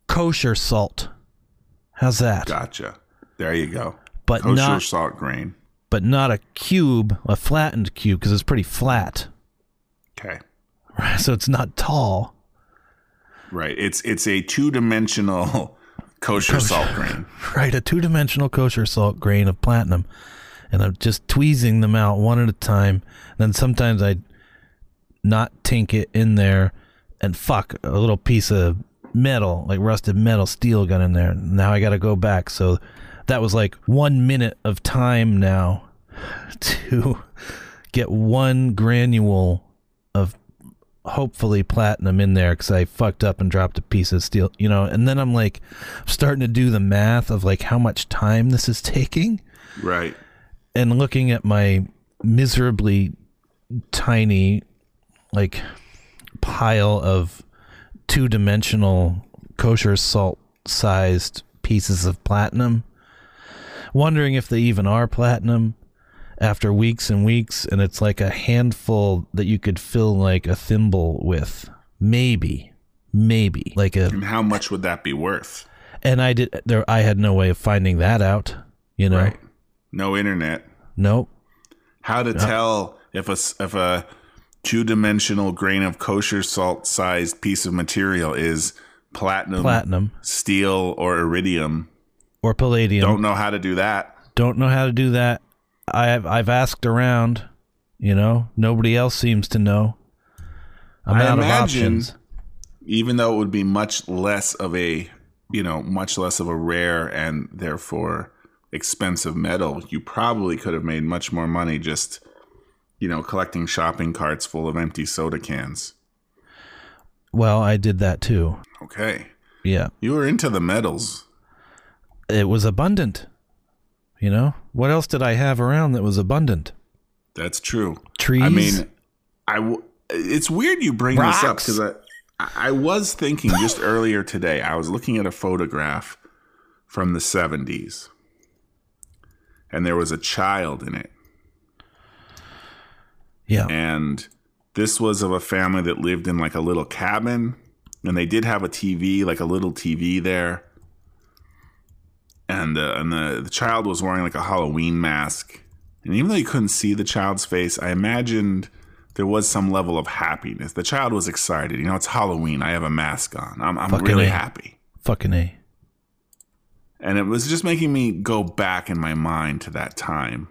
Speaker 1: kosher salt. How's that?
Speaker 2: Gotcha. There you go.
Speaker 1: But
Speaker 2: Kosher
Speaker 1: not-
Speaker 2: salt grain.
Speaker 1: But not a cube, a flattened cube, because it's pretty flat,
Speaker 2: Okay.
Speaker 1: right? So it's not tall.
Speaker 2: Right. It's it's a two dimensional kosher salt grain.
Speaker 1: Right, a two dimensional kosher salt grain of platinum. And I'm just tweezing them out one at a time. And then sometimes I'd not tink it in there and fuck, a little piece of metal, like rusted metal steel got in there. Now I gotta go back. So that was like one minute of time now to get one granule of hopefully platinum in there because I fucked up and dropped a piece of steel, you know. And then I'm like starting to do the math of like how much time this is taking
Speaker 2: Right.
Speaker 1: and looking at my miserably tiny like pile of two dimensional kosher salt sized pieces of platinum, wondering if they even are platinum after weeks and weeks. And it's like a handful that you could fill like a thimble with. Maybe. Maybe. Like a
Speaker 2: And how much would that be worth?
Speaker 1: and I did there I had no way of finding that out. You know?
Speaker 2: Right. No internet.
Speaker 1: Nope.
Speaker 2: How to tell if a s- if a two dimensional grain of kosher salt sized piece of material is platinum,
Speaker 1: Platinum
Speaker 2: steel, or iridium?
Speaker 1: or palladium.
Speaker 2: Don't know how to do that.
Speaker 1: don't know how to do that. I've I've asked around, you know. Nobody else seems to know. I'm
Speaker 2: I
Speaker 1: out of
Speaker 2: imagine-
Speaker 1: options.
Speaker 2: even though it would be much less of a you know much less of a rare and therefore expensive metal, you probably could have made much more money just, you know, collecting shopping carts full of empty soda cans.
Speaker 1: Well, I did that too.
Speaker 2: Okay.
Speaker 1: Yeah.
Speaker 2: You were into the metals.
Speaker 1: It was abundant. You know? What else did I have around that was abundant?
Speaker 2: That's true.
Speaker 1: Trees.
Speaker 2: I mean, I w- it's weird you bring this up
Speaker 1: Rocks.
Speaker 2: because I I was thinking just earlier today. I was looking at a photograph from the seventies, and there was a child in it,
Speaker 1: yeah.
Speaker 2: and this was of a family that lived in like a little cabin, and they did have a TV, like a little TV there. And, uh, and the, the child was wearing like a Halloween mask. And even though you couldn't see the child's face, I imagined there was some level of happiness. The child was excited. You know, it's Halloween. I have a mask on. I'm, I'm
Speaker 1: Fucking
Speaker 2: really
Speaker 1: A.
Speaker 2: happy.
Speaker 1: Fucking A.
Speaker 2: And it was just making me go back in my mind to that time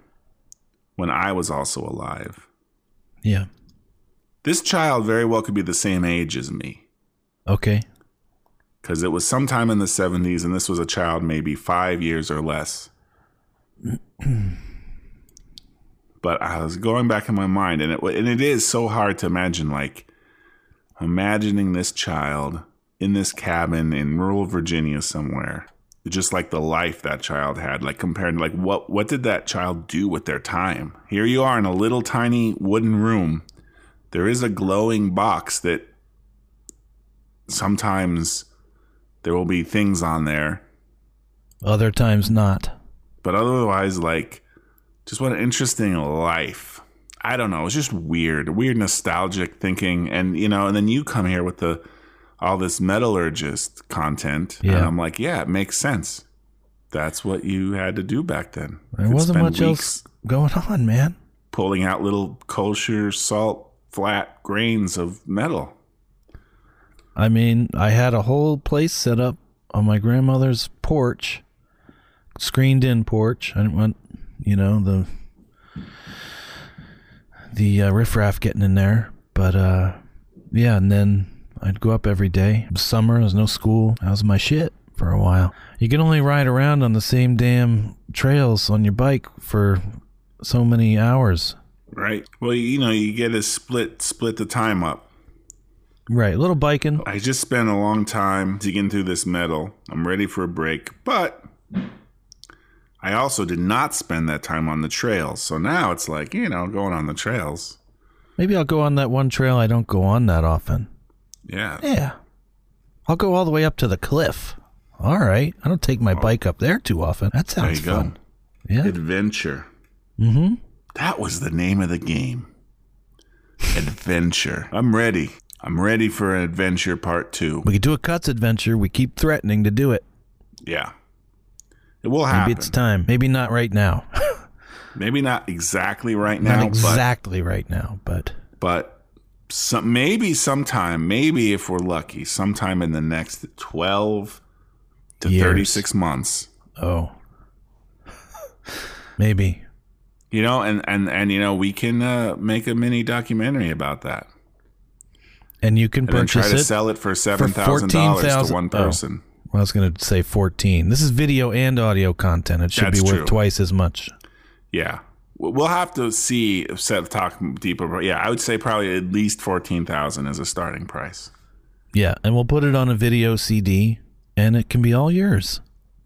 Speaker 2: when I was also alive.
Speaker 1: Yeah.
Speaker 2: This child very well could be the same age as me
Speaker 1: Okay.
Speaker 2: because it was sometime in the 70s and this was a child maybe five years or less. but I was going back in my mind and it, wa- and it is so hard to imagine like imagining this child in this cabin in rural Virginia somewhere. Just like the life that child had, like compared to like what what did that child do with their time? Here you are in a little tiny wooden room. There is a glowing box that sometimes there will be things on there,
Speaker 1: Other times not.
Speaker 2: but otherwise, like, just what an interesting life. I don't know. It's just weird, weird nostalgic thinking, and you know, and then you come here with the all this metallurgist content, and
Speaker 1: Yeah.
Speaker 2: I'm like, yeah, it makes sense. That's what you had to do back then.
Speaker 1: There
Speaker 2: Could
Speaker 1: wasn't
Speaker 2: spend
Speaker 1: much else going on, man.
Speaker 2: pulling out little kosher salt flat grains of metal.
Speaker 1: I mean, I had a whole place set up on my grandmother's porch, screened in porch. I didn't want, you know, the the uh, riffraff getting in there. But uh, yeah, and then I'd go up every day. It was summer, there was no school. That was my shit for a while. You can only ride around on the same damn trails on your bike for so many hours.
Speaker 2: Right. Well, you know, you get to split split the time up.
Speaker 1: Right, a little biking.
Speaker 2: I just spent a long time digging through this metal. I'm ready for a break, but I also did not spend that time on the trails. So now it's like, you know, going on the trails.
Speaker 1: Maybe I'll go on that one trail I don't go on that often.
Speaker 2: Yeah.
Speaker 1: Yeah. I'll go all the way up to the cliff. All right. I don't take my bike up there too often. That
Speaker 2: There
Speaker 1: sounds
Speaker 2: you go.
Speaker 1: fun. Yeah.
Speaker 2: Adventure.
Speaker 1: Mm-hmm.
Speaker 2: That was the name of the game. Adventure. I'm ready. I'm ready for an adventure part two.
Speaker 1: We could do a cuts adventure. We keep threatening to do it.
Speaker 2: Yeah. It will
Speaker 1: Maybe
Speaker 2: happen.
Speaker 1: it's time. Maybe not right now.
Speaker 2: Maybe not exactly right now,
Speaker 1: not
Speaker 2: but
Speaker 1: exactly right now, but
Speaker 2: but some, maybe sometime, maybe if we're lucky, sometime in the next 12 to
Speaker 1: Years.
Speaker 2: 36 months.
Speaker 1: oh. Maybe.
Speaker 2: You know, and and and you know, we can uh, make a mini documentary about that
Speaker 1: And you can
Speaker 2: and then try
Speaker 1: purchase
Speaker 2: to
Speaker 1: it.
Speaker 2: sell it for $7,000 to
Speaker 1: $14,000
Speaker 2: one
Speaker 1: oh.
Speaker 2: person.
Speaker 1: Well, I was going to say 14. This is video and audio content. It should
Speaker 2: That's
Speaker 1: be worth
Speaker 2: true.
Speaker 1: twice as much.
Speaker 2: Yeah. W- We'll have to see if Seth talk deeper, but yeah, I would say probably at least 14,000 as a starting price.
Speaker 1: Yeah. And we'll put it on a video CD and it can be all yours.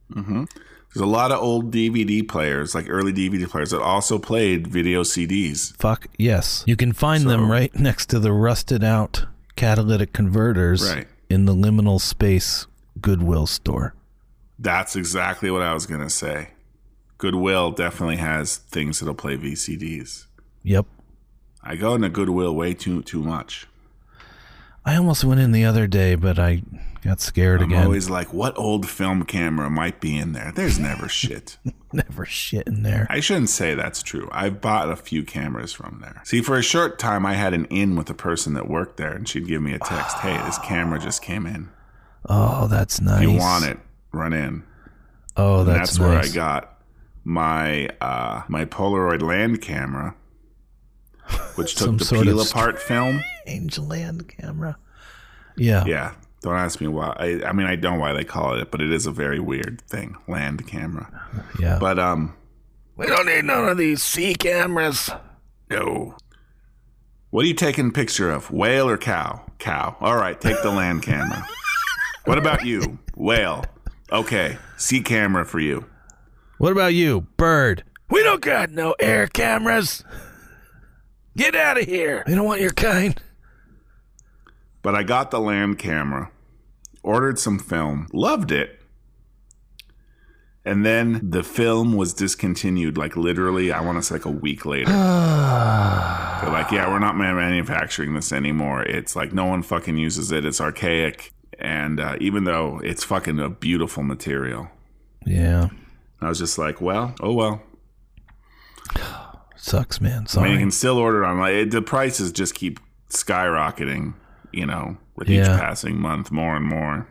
Speaker 2: There's a lot of old DVD players, like early DVD players that also played video CDs.
Speaker 1: Fuck yes. You can find
Speaker 2: So-
Speaker 1: them right next to the rusted out catalytic converters
Speaker 2: Right.
Speaker 1: in the liminal space Goodwill store.
Speaker 2: That's exactly what I was going to say. Goodwill definitely has things that'll play VCDs.
Speaker 1: Yep.
Speaker 2: I go into Goodwill way too too much.
Speaker 1: I almost went in the other day, but I got scared
Speaker 2: I'm
Speaker 1: again.
Speaker 2: always like, what old film camera might be in there? There's never shit.
Speaker 1: Never shit in there.
Speaker 2: I shouldn't say that's true. I've bought a few cameras from there. See, for a short time, I had an in with a person that worked there, and she'd give me a text, "Hey, this camera just came in.
Speaker 1: Oh, that's nice.
Speaker 2: You want it? Run in."
Speaker 1: Oh,
Speaker 2: And
Speaker 1: that's,
Speaker 2: that's where I
Speaker 1: nice.
Speaker 2: got my uh, my Polaroid land camera, which took
Speaker 1: Some
Speaker 2: the
Speaker 1: sort of
Speaker 2: peel apart film.
Speaker 1: Angel Land camera. Yeah.
Speaker 2: Yeah, Don't ask me why. I, I mean, I don't why they call it it, but it is a very weird thing. Land camera.
Speaker 1: Yeah.
Speaker 2: But um,
Speaker 1: we don't need none of these sea cameras.
Speaker 2: no. What are you taking picture of? Whale or cow? Cow. All right, take the land camera. What about you? Whale. Okay, sea camera for you.
Speaker 1: What about you, bird? We don't got no air cameras. Get out of here. We don't want your kind.
Speaker 2: But I got the land camera, ordered some film, loved it. And then the film was discontinued, like literally, I want to say like a week later. They're like, yeah, we're not manufacturing this anymore. It's like no one fucking uses it. It's archaic. And uh, even though it's fucking a beautiful material,
Speaker 1: Yeah.
Speaker 2: I was just like, well, oh well.
Speaker 1: Sucks, man.
Speaker 2: I mean, you
Speaker 1: Sorry.
Speaker 2: can still order it online. It, the prices just keep skyrocketing, you know, with each
Speaker 1: Yeah.
Speaker 2: passing month, more and more.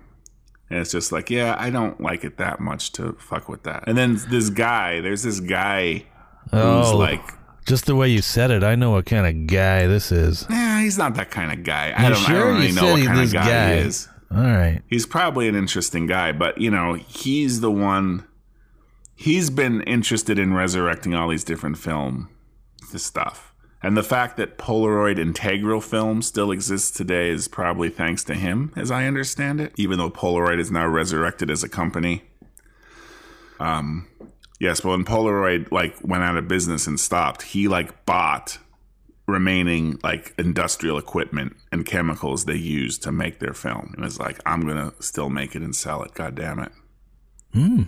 Speaker 2: And it's just like, yeah, I don't like it that much to fuck with that. And then this guy, there's this guy who's
Speaker 1: Oh.
Speaker 2: like,
Speaker 1: Just the way you said it, I know what kind of guy this is.
Speaker 2: nah, he's not that kind of guy. I
Speaker 1: You
Speaker 2: don't, I
Speaker 1: sure?
Speaker 2: don't really
Speaker 1: You
Speaker 2: know
Speaker 1: said
Speaker 2: what
Speaker 1: he-
Speaker 2: kind
Speaker 1: this
Speaker 2: of guy,
Speaker 1: guy.
Speaker 2: he is.
Speaker 1: All right.
Speaker 2: He's probably an interesting guy, but you know, he's the one. He's been interested in resurrecting all these different film this stuff. And the fact that Polaroid integral film still exists today is probably thanks to him, as I understand it, even though Polaroid is now resurrected as a company. Um, yes, but when Polaroid like went out of business and stopped, he like bought remaining like industrial equipment and chemicals they used to make their film. And it's like, I'm gonna still make it and sell it, god damn it.
Speaker 1: Hmm.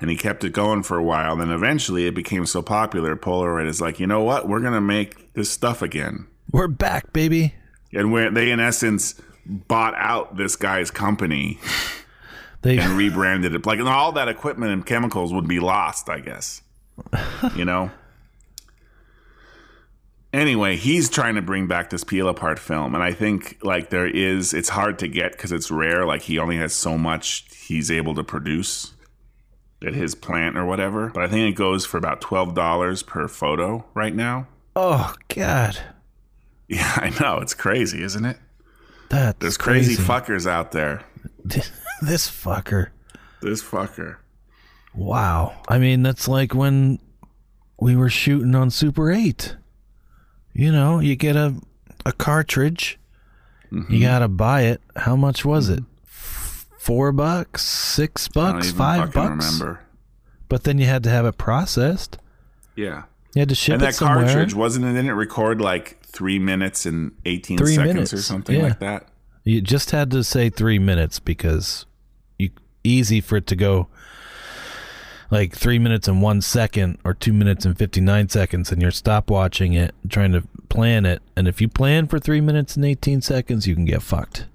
Speaker 2: And he kept it going for a while. Then eventually it became so popular, Polaroid is like, you know what? We're gonna make this stuff again.
Speaker 1: We're back, baby.
Speaker 2: And where they in essence bought out this guy's company
Speaker 1: They
Speaker 2: and rebranded it. Like and all that equipment and chemicals would be lost, I guess. You know? anyway, he's trying to bring back this peel apart film, and I think like there is, it's hard to get because it's rare. Like he only has so much he's able to produce at his plant or whatever. But I think it goes for about twelve dollars per photo right now.
Speaker 1: Oh God.
Speaker 2: Yeah, I know it's crazy, isn't it?
Speaker 1: That's
Speaker 2: There's crazy, fuckers out there.
Speaker 1: this fucker.
Speaker 2: This fucker.
Speaker 1: Wow. I mean, that's like when we were shooting on Super 8. You know, you get a a cartridge.
Speaker 2: Mm-hmm.
Speaker 1: You got to buy it. How much was it? F- 4 bucks, 6
Speaker 2: I don't
Speaker 1: bucks,
Speaker 2: even
Speaker 1: 5
Speaker 2: fucking
Speaker 1: bucks.
Speaker 2: remember.
Speaker 1: But then you had to have it processed.
Speaker 2: Yeah.
Speaker 1: You had to ship
Speaker 2: and
Speaker 1: it
Speaker 2: that
Speaker 1: somewhere.
Speaker 2: cartridge wasn't it? Didn't it record like three minutes and eighteen
Speaker 1: Three
Speaker 2: seconds
Speaker 1: minutes,
Speaker 2: or something
Speaker 1: yeah.
Speaker 2: like that?
Speaker 1: You just had to say three minutes because you easy for it to go like three minutes and one second or two minutes and fifty nine seconds, and you're stopwatching it, trying to plan it. And if you plan for three minutes and eighteen seconds, you can get fucked.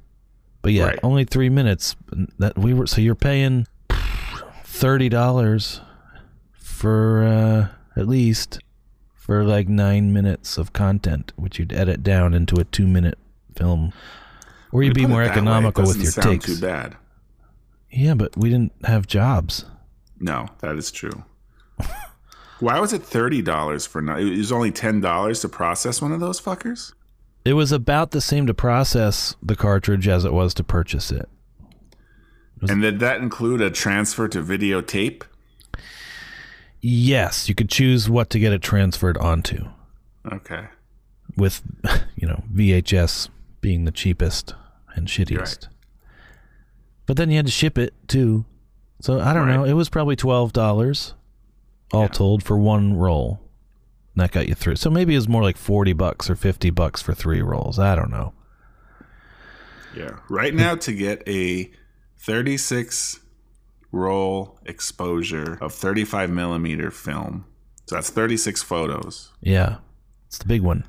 Speaker 1: But yeah,
Speaker 2: Right.
Speaker 1: only three minutes. and That we were so you're paying thirty dollars for uh, at least for like nine minutes of content, which you'd edit down into a two minute film. Or you'd be
Speaker 2: Put it
Speaker 1: more
Speaker 2: that way, it
Speaker 1: economical with
Speaker 2: doesn't
Speaker 1: your
Speaker 2: sound
Speaker 1: takes.
Speaker 2: Too bad.
Speaker 1: Yeah, but we didn't have jobs.
Speaker 2: No, that is true. Why was it thirty dollars for? No- it was only ten dollars to process one of those fuckers.
Speaker 1: It was about the same to process the cartridge as it was to purchase it.
Speaker 2: And did that include a transfer to videotape?
Speaker 1: Yes, you could choose what to get it transferred onto,
Speaker 2: Okay,
Speaker 1: with you know VHS being the cheapest and shittiest.
Speaker 2: right.
Speaker 1: But then you had to ship it too, so I don't know.
Speaker 2: Right.
Speaker 1: It was probably twelve dollars all told for one roll. And that got you through. So maybe it was more like forty bucks or fifty bucks for three rolls. I don't know.
Speaker 2: yeah. Right now, to get a thirty-six roll exposure of thirty-five millimeter film, so that's thirty-six photos.
Speaker 1: Yeah, it's the big one.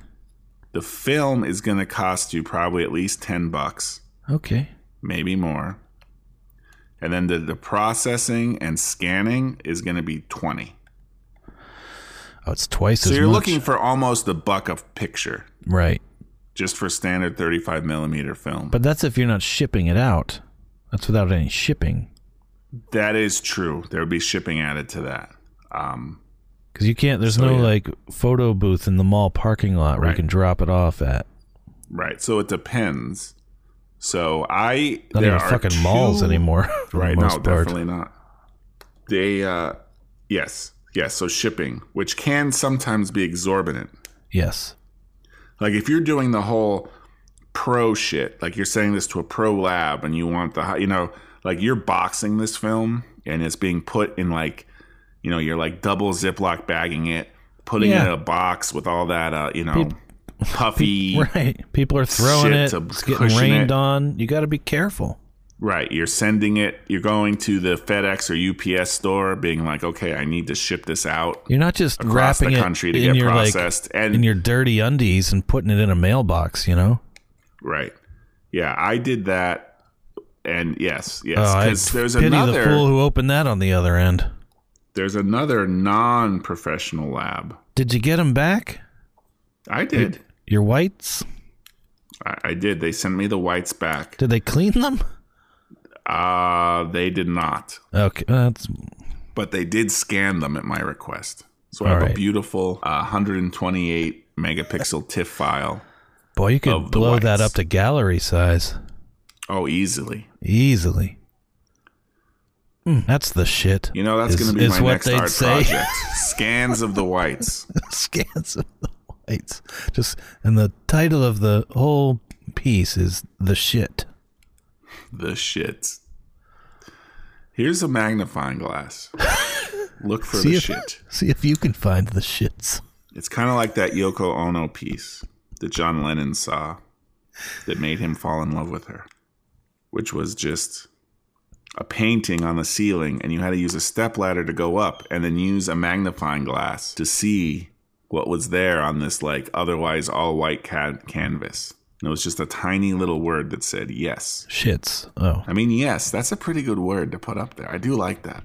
Speaker 2: The film is going to cost you probably at least 10 bucks,
Speaker 1: Okay.
Speaker 2: maybe more. And then the, the processing and scanning is going to be 20.
Speaker 1: Oh, it's twice
Speaker 2: So
Speaker 1: as
Speaker 2: you're
Speaker 1: much.
Speaker 2: looking for almost a buck a picture
Speaker 1: right,
Speaker 2: just for standard 35 millimeter film.
Speaker 1: but that's if you're not shipping it out. That's without any shipping,
Speaker 2: that is true. There would be shipping added to that. Um,
Speaker 1: because you can't. There's no
Speaker 2: yeah.
Speaker 1: like photo booth in the mall parking lot where you
Speaker 2: Right.
Speaker 1: can drop it off at.
Speaker 2: right. So it depends. So I
Speaker 1: Not
Speaker 2: there
Speaker 1: even
Speaker 2: are
Speaker 1: fucking
Speaker 2: two-
Speaker 1: malls anymore. for the
Speaker 2: Right? No,
Speaker 1: most part.
Speaker 2: definitely not. They uh yes. Yes, so shipping, which can sometimes be exorbitant.
Speaker 1: Yes.
Speaker 2: Like if you're doing the whole pro shit, like you're sending this to a pro lab and you want the, hi- you know, like you're boxing this film and it's being put in like, you know, you're like double Ziploc bagging it, putting it
Speaker 1: Yeah.
Speaker 2: in a box with all that, uh, you know, puffy.
Speaker 1: Right. People are throwing
Speaker 2: E Shit, to
Speaker 1: it. It's getting
Speaker 2: cushion
Speaker 1: rained
Speaker 2: it.
Speaker 1: on. You got to be careful.
Speaker 2: Right. You're sending it, you're going to the FedEx or UPS store being like, okay, I need to ship this out
Speaker 1: You're not just
Speaker 2: across
Speaker 1: wrapping
Speaker 2: the
Speaker 1: it
Speaker 2: country to
Speaker 1: in
Speaker 2: get
Speaker 1: your like
Speaker 2: processed. and
Speaker 1: in your dirty undies and putting it in a mailbox. You know.
Speaker 2: Right. Yeah, I did that. And yes, yes,
Speaker 1: Oh, I
Speaker 2: because there's
Speaker 1: pity
Speaker 2: another
Speaker 1: the fool who opened that on the other end.
Speaker 2: there's another non-professional lab.
Speaker 1: Did you get them back?
Speaker 2: I did.
Speaker 1: Your whites?
Speaker 2: I, I did. They sent me the whites back.
Speaker 1: Did they clean them?
Speaker 2: Uh they did not,
Speaker 1: Okay, that's
Speaker 2: but they did scan them at my request. So I
Speaker 1: All
Speaker 2: have a
Speaker 1: right.
Speaker 2: beautiful uh, 128 megapixel TIFF file.
Speaker 1: boy. You
Speaker 2: Of
Speaker 1: could
Speaker 2: the
Speaker 1: blow that
Speaker 2: whites.
Speaker 1: up to gallery size
Speaker 2: Oh, easily.
Speaker 1: easily. Mm, that's the shit.
Speaker 2: You know that's
Speaker 1: is-
Speaker 2: going to be
Speaker 1: is
Speaker 2: my
Speaker 1: what
Speaker 2: next
Speaker 1: they'd
Speaker 2: art
Speaker 1: say.
Speaker 2: project. Scans of the whites.
Speaker 1: Scans of the whites. Just and the title of the whole piece is the shit.
Speaker 2: the shit. Here's a magnifying glass. Look for
Speaker 1: See
Speaker 2: the
Speaker 1: if-
Speaker 2: shit.
Speaker 1: See if you can find the shits.
Speaker 2: It's kind of like that Yoko Ono piece that John Lennon saw that made him fall in love with her, which was just a painting on the ceiling, and you had to use a stepladder to go up and then use a magnifying glass to see what was there on this, like, otherwise all white ca- canvas. And it was just a tiny little word that said yes.
Speaker 1: Shits. Oh,
Speaker 2: I mean, yes, that's a pretty good word to put up there. I do like that.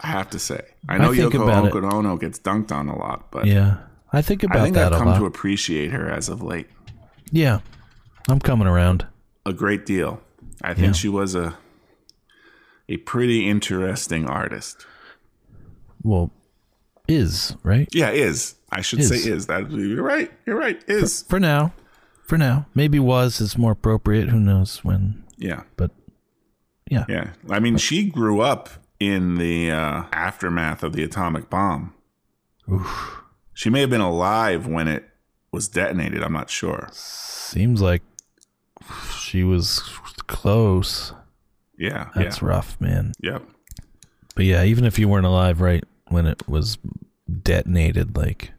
Speaker 2: I have to say. I know
Speaker 1: think
Speaker 2: Yoko
Speaker 1: about it.
Speaker 2: Yoko Ono gets dunked on a lot, but
Speaker 1: yeah. I think about
Speaker 2: I think
Speaker 1: that
Speaker 2: I've
Speaker 1: a
Speaker 2: come
Speaker 1: lot.
Speaker 2: to appreciate her as of late
Speaker 1: yeah, I'm coming around.
Speaker 2: a great deal. I think she was a a pretty interesting artist.
Speaker 1: Well, is right
Speaker 2: Yeah, is I should
Speaker 1: Is.
Speaker 2: say is that you're right. You're right. Is
Speaker 1: for now. For now, maybe was is more appropriate. Who knows when?
Speaker 2: yeah,
Speaker 1: But yeah,
Speaker 2: yeah. I mean, she grew up in the uh, aftermath of the atomic bomb.
Speaker 1: Oof.
Speaker 2: She may have been alive when it was detonated. I'm not sure.
Speaker 1: seems like she was close.
Speaker 2: Yeah,
Speaker 1: That's
Speaker 2: yeah,
Speaker 1: rough, man.
Speaker 2: yep.
Speaker 1: But yeah, even if you weren't alive right when it was detonated, like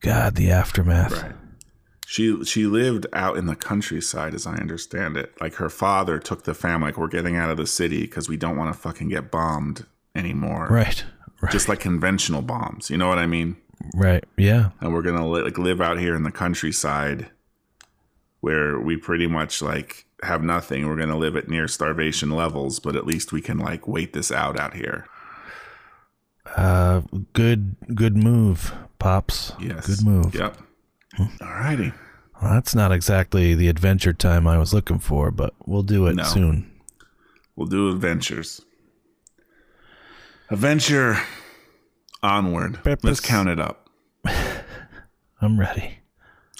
Speaker 1: God, the aftermath.
Speaker 2: Right. She she lived out in the countryside, as I understand it. Like her father took the family, like we're getting out of the city because we don't want to fucking get bombed anymore.
Speaker 1: right, right,
Speaker 2: Just like conventional bombs, you know what I mean?
Speaker 1: right. Yeah,
Speaker 2: And we're gonna li- like live out here in the countryside, where we pretty much like have nothing. We're gonna live at near starvation levels, but at least we can like wait this out out here.
Speaker 1: uh, good, good move, pops.
Speaker 2: Yes,
Speaker 1: good move.
Speaker 2: Yep. All righty.
Speaker 1: Well, that's not exactly the adventure time I was looking for, but we'll do it
Speaker 2: No.
Speaker 1: soon.
Speaker 2: We'll do adventures. Adventure onward.
Speaker 1: Purpose.
Speaker 2: Let's count it up.
Speaker 1: I'm ready.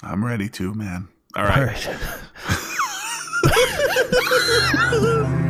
Speaker 2: I'm ready to, man. All
Speaker 1: All
Speaker 2: right.
Speaker 1: right.